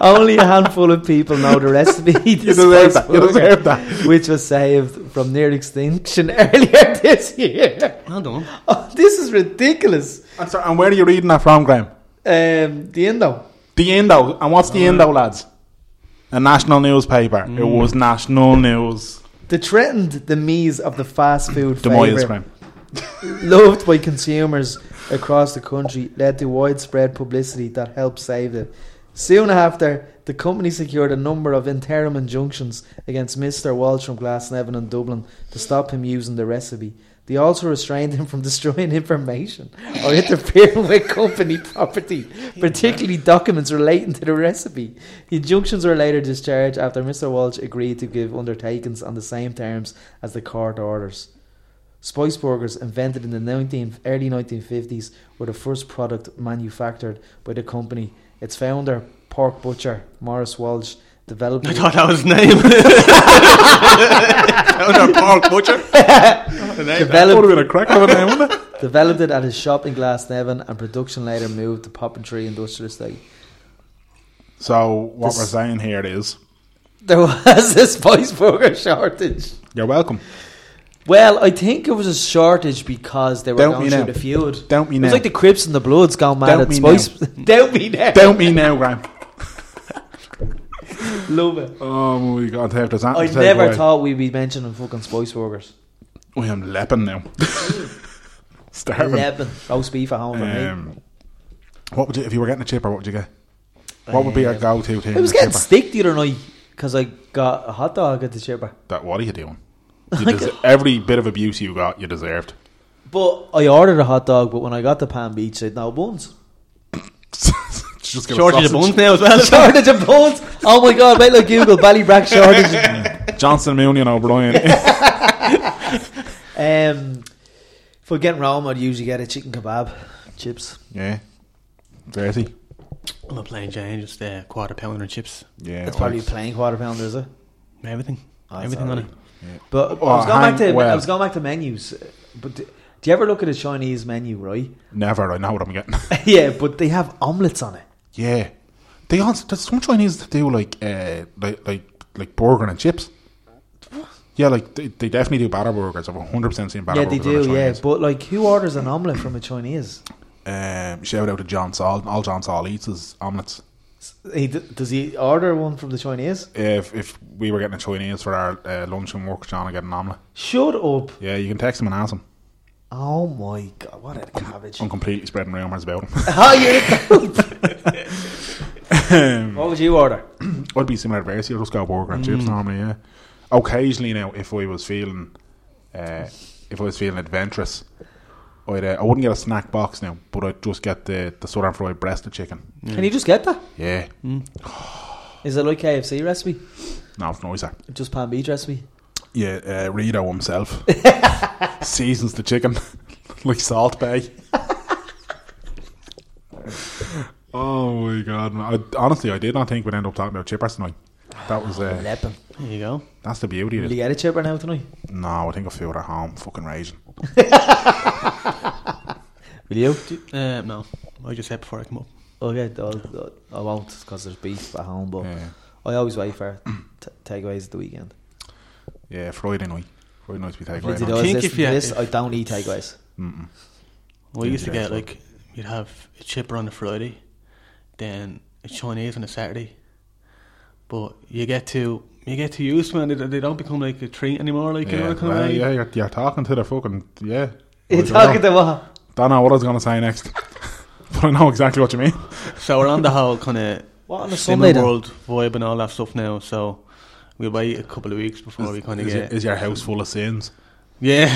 Only a handful of people know the recipe. you
deserve that. You deserve that.
Which was saved from near extinction earlier this year.
Well done.
Oh, this is ridiculous.
And, so, and where are you reading that from, Graham?
Um, the Indo.
The Indo. And what's the
Uh-huh.
Indo, lads? A national newspaper. It
Mm.
was national news.
The threatened the mees of the fast food
Demoyers,
favourite,
Graham.
loved by consumers across the country, led to widespread publicity that helped save it. Soon after, the company secured a number of interim injunctions against Mr. Walsh from Glasnevin and Dublin to stop him using the recipe. They also restrained him from destroying information or interfering with company property, particularly documents relating to the recipe. The injunctions were later discharged after Mr. Walsh agreed to give undertakings on the same terms as the court orders. Spice burgers, invented in the 19, early 1950s, were the first product manufactured by the company. Its founder, pork butcher Morris Walsh, developed.
I thought that was his name. Counter Park Butcher. The name.
Would have
developed,
been a crack of a name, wouldn't it?
developed it at his shop in Glasnevin, and production later moved to Poppentry Industrial Estate.
So what
This-
we're saying here is,
There was a spice burger shortage.
you're welcome.
Well, I think it was a shortage because they were
Doubt me
going through
now.
the feud.
Doubt me
It was
now.
like the Crips and the Bloods gone mad
Doubt
at
me
Spice. Doubt me now.
Don't me now, Graham.
Love it.
Oh my God, I have to
I never thought we'd be mentioning fucking Spice Burgers.
I am lepping now. Starving.
Eleven. Roast beef at home for me.
Um, what would you if you were getting a chipper? What would you get? What would be your go-to thing?
Um, I was
in a
getting
chipper?
steak the other night because I got a hot dog at the chipper.
that. What are you doing? You des- every bit of abuse you got, you deserved.
But I ordered a hot dog, but when I got to Palm Beach, they had no buns.
Just get a
Shortage of buns
sausage.
now as well.
Shortage of buns. Oh my god! Wait, look, Google Ballybrack shortage.
Johnson, Mooney, and O'Brien.
Um, if I get Rome, I'd usually get a chicken kebab, chips.
yeah, dirty.
I'm not playing Jane, just uh, quarter pounder chips.
Yeah,
That's
or-
probably a plain quarter pounder, is it?
Everything.
Oh, it's
Everything on it.
alright. But
Oh,
I was going back
hang-
to
well.
I was going back to menus. But do, do you ever look at a Chinese menu, right?
never. I know what I'm getting.
yeah, but they have omelets on it.
yeah, They also there's some Chinese that do like uh like like like burger and chips. Yeah, like they, they definitely do batter burgers. I've 100 percent seen batter
yeah, they
burgers. on the
do. Yeah,
Chinese.
but like, who orders an omelette from a Chinese?
um, shout out to John Saul. All John Saul eats is omelets.
He d- does he order one from the Chinese?
If if we were getting a Chinese for our uh, lunch and work, John would get an omelet.
Shut up!
Yeah, you can text him and ask him.
Oh my god, what a cabbage!
I'm completely spreading rumors about him.
oh, you What would you order?
I'd be similar to Versi. I'd just go burger and chips normally. Yeah. Occasionally now, if I was feeling, uh, if I was feeling adventurous, I'd uh, I wouldn't get a snack box now, but I'd just get the the southern fried breast of chicken.
Can you just get that?
Yeah.
Is it like KFC recipe?
No, it's noiser.
Just pan beach recipe?
Yeah, uh, Rito himself seasons the chicken like Salt Bay. oh my god! man. I, honestly, I did not think we'd end up talking about chippers tonight. That was uh,
Leppin.
There you go.
that's the beauty
Will
of
you
it.
get a chipper now tonight?
No, I think I feel at home, fucking raging.
Will you?
Uh, no, I just said before I come up.
Okay, I'll, I won't because there's beef at home, but
Yeah.
I always wait for t- takeaways at the weekend.
Yeah, Friday night. Friday night we take
Lindsay
right
I
does
think
listen
if
to
you-
this,
if-
I don't eat takeaways.
We used to
Yeah,
get
so-
like you'd have a chipper on a Friday, then a Chinese on a Saturday. But you get to you get to use man. They, they don't become like a treat anymore. Like you know
yeah,
what kind
well,
of way?
yeah you're, you're talking to the fucking yeah.
You're
I don't
talking to
know-
what?
Don't know what I was gonna say next, but I know exactly what you mean.
So we're on the whole kind of
What on a Sunday
slimming
then?
world vibe and all that stuff now. So we'll wait a couple of weeks before we kind of
Is,
get
is your house full of sins?
yeah.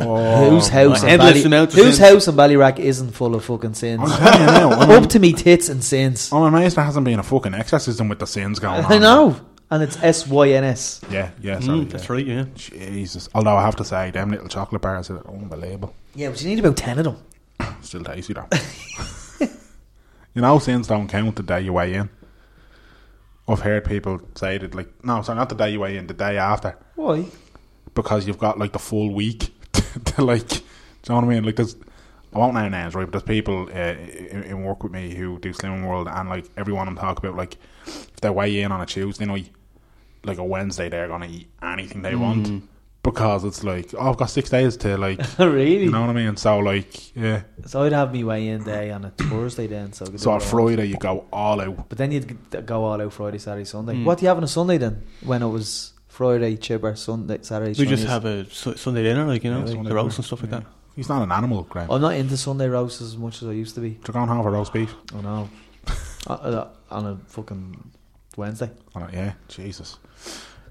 Oh,
whose house
my
in
endless
Bally-
amount of sins.
whose house in Ballyrack isn't full of fucking sins?
telling you now, I'm-
Up to me tits and sins.
I'm amazed there hasn't been a fucking exorcism with the sins going on.
I know, Hmm, and it's S Y N S.
Yeah, yeah, sorry.
Mm, that's right. Yeah.
Jesus. Although I have to say, them little chocolate bars are unbelievable.
Yeah, but you need about ten of them.
Still tasty though. you know, sins don't count the day you weigh in. I've heard people say that, like, no, sorry, not the day you weigh in, the day after,
Why?
because you've got like the full week to, to, like, do you know what I mean? Like, there's, I won't name names, right? But there's people uh, in, in work with me who do Slimming World, and like everyone I'm talking about, like, if they weigh in on a Tuesday night, like a Wednesday, they're gonna eat anything they want because it's like, oh, I've got six days to like.
really?
You know what I mean? So like, yeah.
So I'd have me weigh in day on a Thursday then. So, I could
So
do
on
it all.
Friday you go all out.
But then you'd g- go all out Friday, Saturday, Sunday.
Hmm.
What do you have on a Sunday then? When it was Friday, chipper, Sunday, Saturday.
We just
Chinese?
have a Su- Sunday dinner, like you know,
Sunday
the roast
dinner.
and stuff like that.
He's not an animal, Graham.
I'm not into Sunday roasts as much as I used to be.
They're going half a roast beef.
Oh no, Uh, uh, on a fucking Wednesday.
I don't- yeah, Jesus.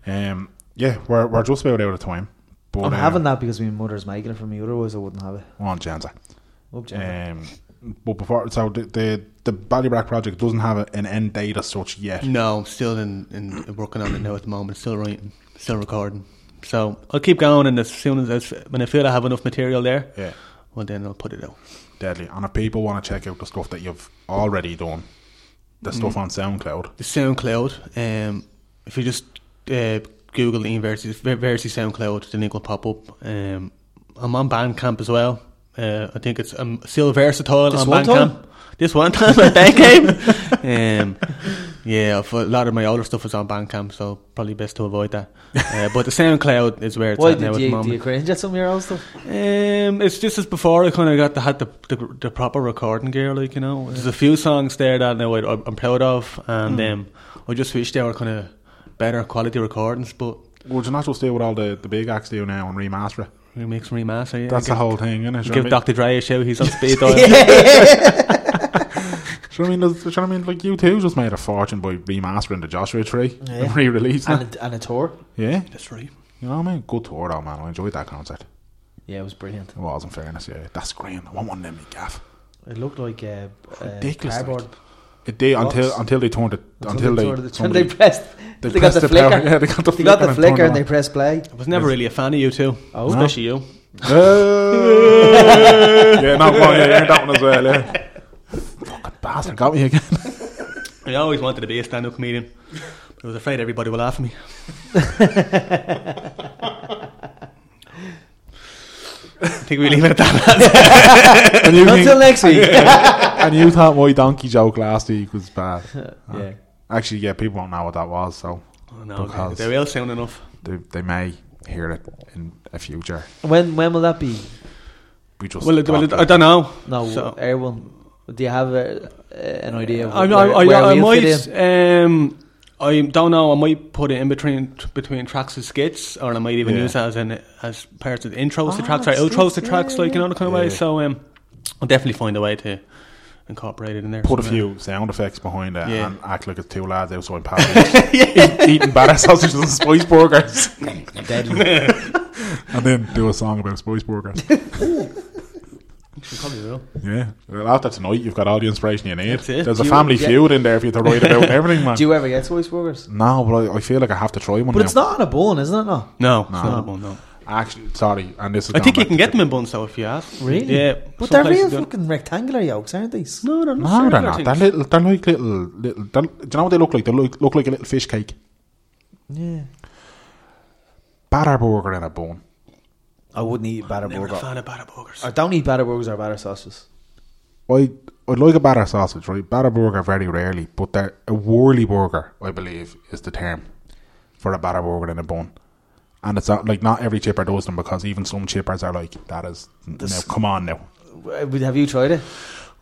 Um, yeah, we're we're just about out of time. But
I'm
uh,
having that because my mother's making it for me. Otherwise, I wouldn't have it.
we're on Janza.
Up, Jennifer.
Um, but before so the the, the Ballybrack project doesn't have an end date as such yet.
No, I'm still in, in working on it now at the moment. Still writing, still recording. So I'll keep going, and as soon as, as when I feel I have enough material there,
Yeah,
well then I'll put it out.
deadly. And if people want to check out the stuff that you've already done, the stuff on SoundCloud,
The SoundCloud. Um, if you just uh, Google the University University SoundCloud, the link will pop up. Um, I'm on Bandcamp as well. Uh, I think it's um, still versatile
This
on
one
Bandcamp.
time?
This one time at Bandcamp. um, yeah, for a lot of my older stuff is on Bandcamp, so probably best to avoid that. Uh, but the SoundCloud is where it's
Why
at now at
did
the
you, do you
moment.
cringe at some of your old stuff?
Um, it's just as before I kind of got the had the, the the proper recording gear, like you know. There's a few songs there that now I, I'm proud of, and
Mm.
um, I just wish they were kind of better quality recordings, but
would you not just do what all the, the big acts do now and remaster it?
remix and remaster. Yeah, eh? give,
That's the whole thing, isn't it? Do you
give
know what I
Dr.
mean?
Dre a show. He's on speed
Oh,
dial.
Do you know what I mean? Does- Do you know what I mean? Like you two just made a fortune by remastering the Joshua Tree
Yeah.
and re-releasing it.
And a, and a tour?
Yeah,
That's right.
you know what I mean? Good tour though, man. I enjoyed that concert.
Yeah, it was brilliant.
It was, in fairness, yeah. That's great. I want one of them, you gaff.
It looked like uh, uh,
Ridiculous, like.
cardboard.
It did
Box.
until until they turned it until,
Somebody
they
sort of-
somebody-
they pressed. They,
they
got
pressed
the
the
flicker.
power- yeah, they got the
They got
flicker
the
and
flicker
turned
and
it
they
on.
press play.
I was never really a fan of you two,
Oh.
especially you.
Uh, yeah, no, well, yeah, yeah, that one as well. Yeah. Fucking bastard got me again.
I always wanted to be a stand-up comedian, but I was afraid everybody would laugh at me. I think we leave it at that.
And you,
Until next week.
and you thought my donkey joke last week was bad.
yeah.
Actually, yeah, people won't know what that was, so
Oh, no,
Because-
they will sound enough.
they, they may hear it in a future.
When when will that be?
We just
Well, it, well
got
it,
the-
I don't know.
No,
So-
everyone. Do you have a, a- an idea? Of
I, I,
where,
I,
where
I,
we'll fit in?
might. Um, I don't know. I might put it in between between tracks and skits, or I might even
Yeah.
use that as an as parts of the intros to
Ah,
tracks or outros
skits,
to
yeah,
tracks, like you
yeah.
know, the kind of way.
Yeah.
So um, I'll definitely find a way to incorporate it in there.
put a
somewhere.
few sound effects behind uh, it
Yeah.
and act like it's two lads outside Paddy's eat, eating batter sausages and spice burgers. and then do a song about spice burgers.
You Probably will.
Yeah. Well, after tonight, you've got all the inspiration you need.
That's it.
There's a
Do you-
family
yeah.
feud in there for you to write about and everything, man.
Do you ever get voice burgers?
no, but I, I feel like I have to try one
But
now.
it's not on a bone, isn't it? No.
No, it's not a bun, no.
Actually, sorry. And this is
I
going
think you
back
can
to
get them in buns though if you ask.
Really?
Yeah.
But
some
they're
places
real
do.
fucking rectangular yolks, aren't they? S-
No, they're not.
No, they're
circular
not.
things.
They're little. They're like little. little they're, do you know what they look like? They look, look like a little fish cake.
Yeah.
Batter burger and a bone.
I wouldn't eat batter
Never a
burger.
fan of batter burgers.
I don't eat batter burgers or batter sauces.
I I'd like a batter sausage, right? Batter burger very rarely, but they're a whirly burger, I believe, is the term for a batter burger in a bun. And it's not like not every chipper does them because even some chippers are like that is now come on now.
Uh, would- Have you tried it?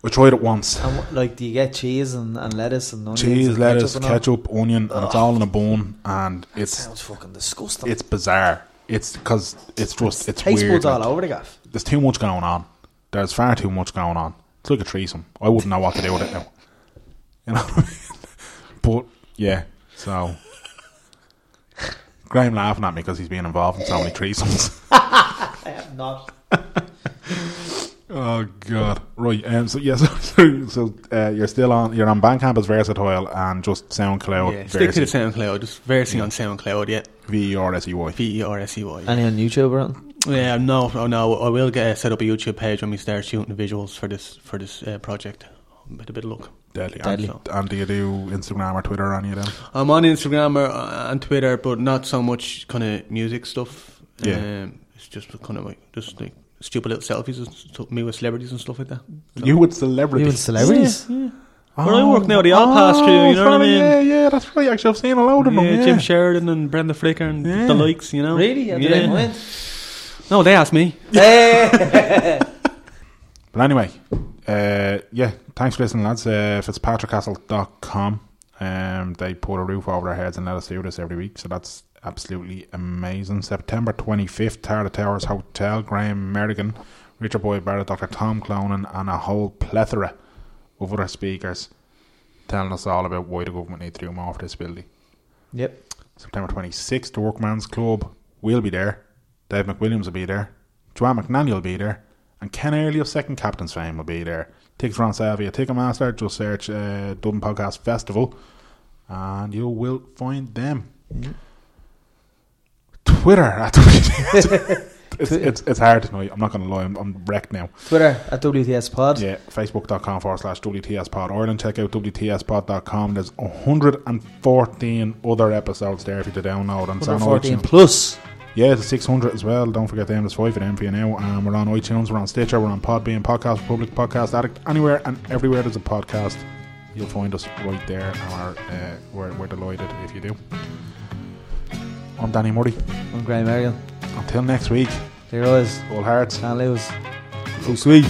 I tried it once.
And what, like, do you get cheese and, and lettuce and onions?
Cheese,
and
lettuce,
and all?
ketchup, onion, and it's all in a bun, and it's
Sounds fucking disgusting.
it's bizarre. It's because it's just it's
Taste
weird.
buds
like,
all over the gaff.
there's too much going on. There's far too much going on. It's like a threesome. I wouldn't know what to do with it now. You know what I mean? But yeah, so Graham laughing at me because he's been involved in so many threesomes.
I have not.
oh god. Right. Um. So yes. so so uh, you're still on. You're on Bandcamp as versatile and just SoundCloud.
yeah, stick to the SoundCloud. Just versing on SoundCloud. Yeah,
V E R S E Y.
V E R S E Y.
Any on YouTube or anything?
Yeah, no, oh no. I will get set up a YouTube page when we start shooting the visuals for this for this uh, project. With a bit of luck,
Deadly.
Deadly.
And, and do you do Instagram or Twitter or any of them?
I'm on Instagram or uh, and Twitter, but not so much kind of music stuff.
Yeah.
um, it's just kind of like just like stupid little selfies and stuff, me with celebrities and stuff like that.
You with
You and
celebrities.
celebrities?
Where I work now, they all pass through. You know what I
Oh, sorry,
mean?
Yeah, yeah, that's right. Actually, I've seen a load of them.
Yeah,
Yeah,
Jim Sheridan and Brenda Flicker and
Yeah.
the likes. You know,
Really? I
Yeah.
didn't mind. Eh.
No, they asked me.
But anyway, uh, yeah, thanks for listening, lads. Uh, FitzpatrickCastle.com. Um, they put a roof over their heads and let us do this every week, so that's absolutely amazing. September 25th, Tower of Towers Hotel, Graham Merrigan, Richard Boyd Barrett, Dr. Tom Clonan, and a whole plethora of other speakers telling us all about why the government need to do more for this building.
Yep.
September 26th, the Workman's Club. We'll be there. Dave McWilliams will be there. Joanne McNally will be there. And Ken Early of Second Captain's Fame will be there. Tickets are on sale via Ticketmaster. Just search uh, Dublin Podcast Festival and you will find them. Twitter. at it's, it's, it's hard tonight. I'm not going to lie. I'm, I'm wrecked now.
Twitter at WTS Pod.
Yeah, facebook.com forward slash WTS Pod Ireland. Check out WTSpod.com. There's 114 other episodes there for you to download. And it's on
114
iTunes.
plus.
Yeah, the 600 as well. Don't forget them. There's five of them for you now. Um, we're on iTunes, we're on Stitcher, we're on Podbean, Podcast Republic, Podcast Addict. Anywhere and everywhere there's a podcast, you'll find us right there. And we're, uh, we're, we're delighted if you do. I'm Danny Murray.
I'm Graham Marion.
Until next week,
There always.
all hearts.
Can't lose.
Go sweet.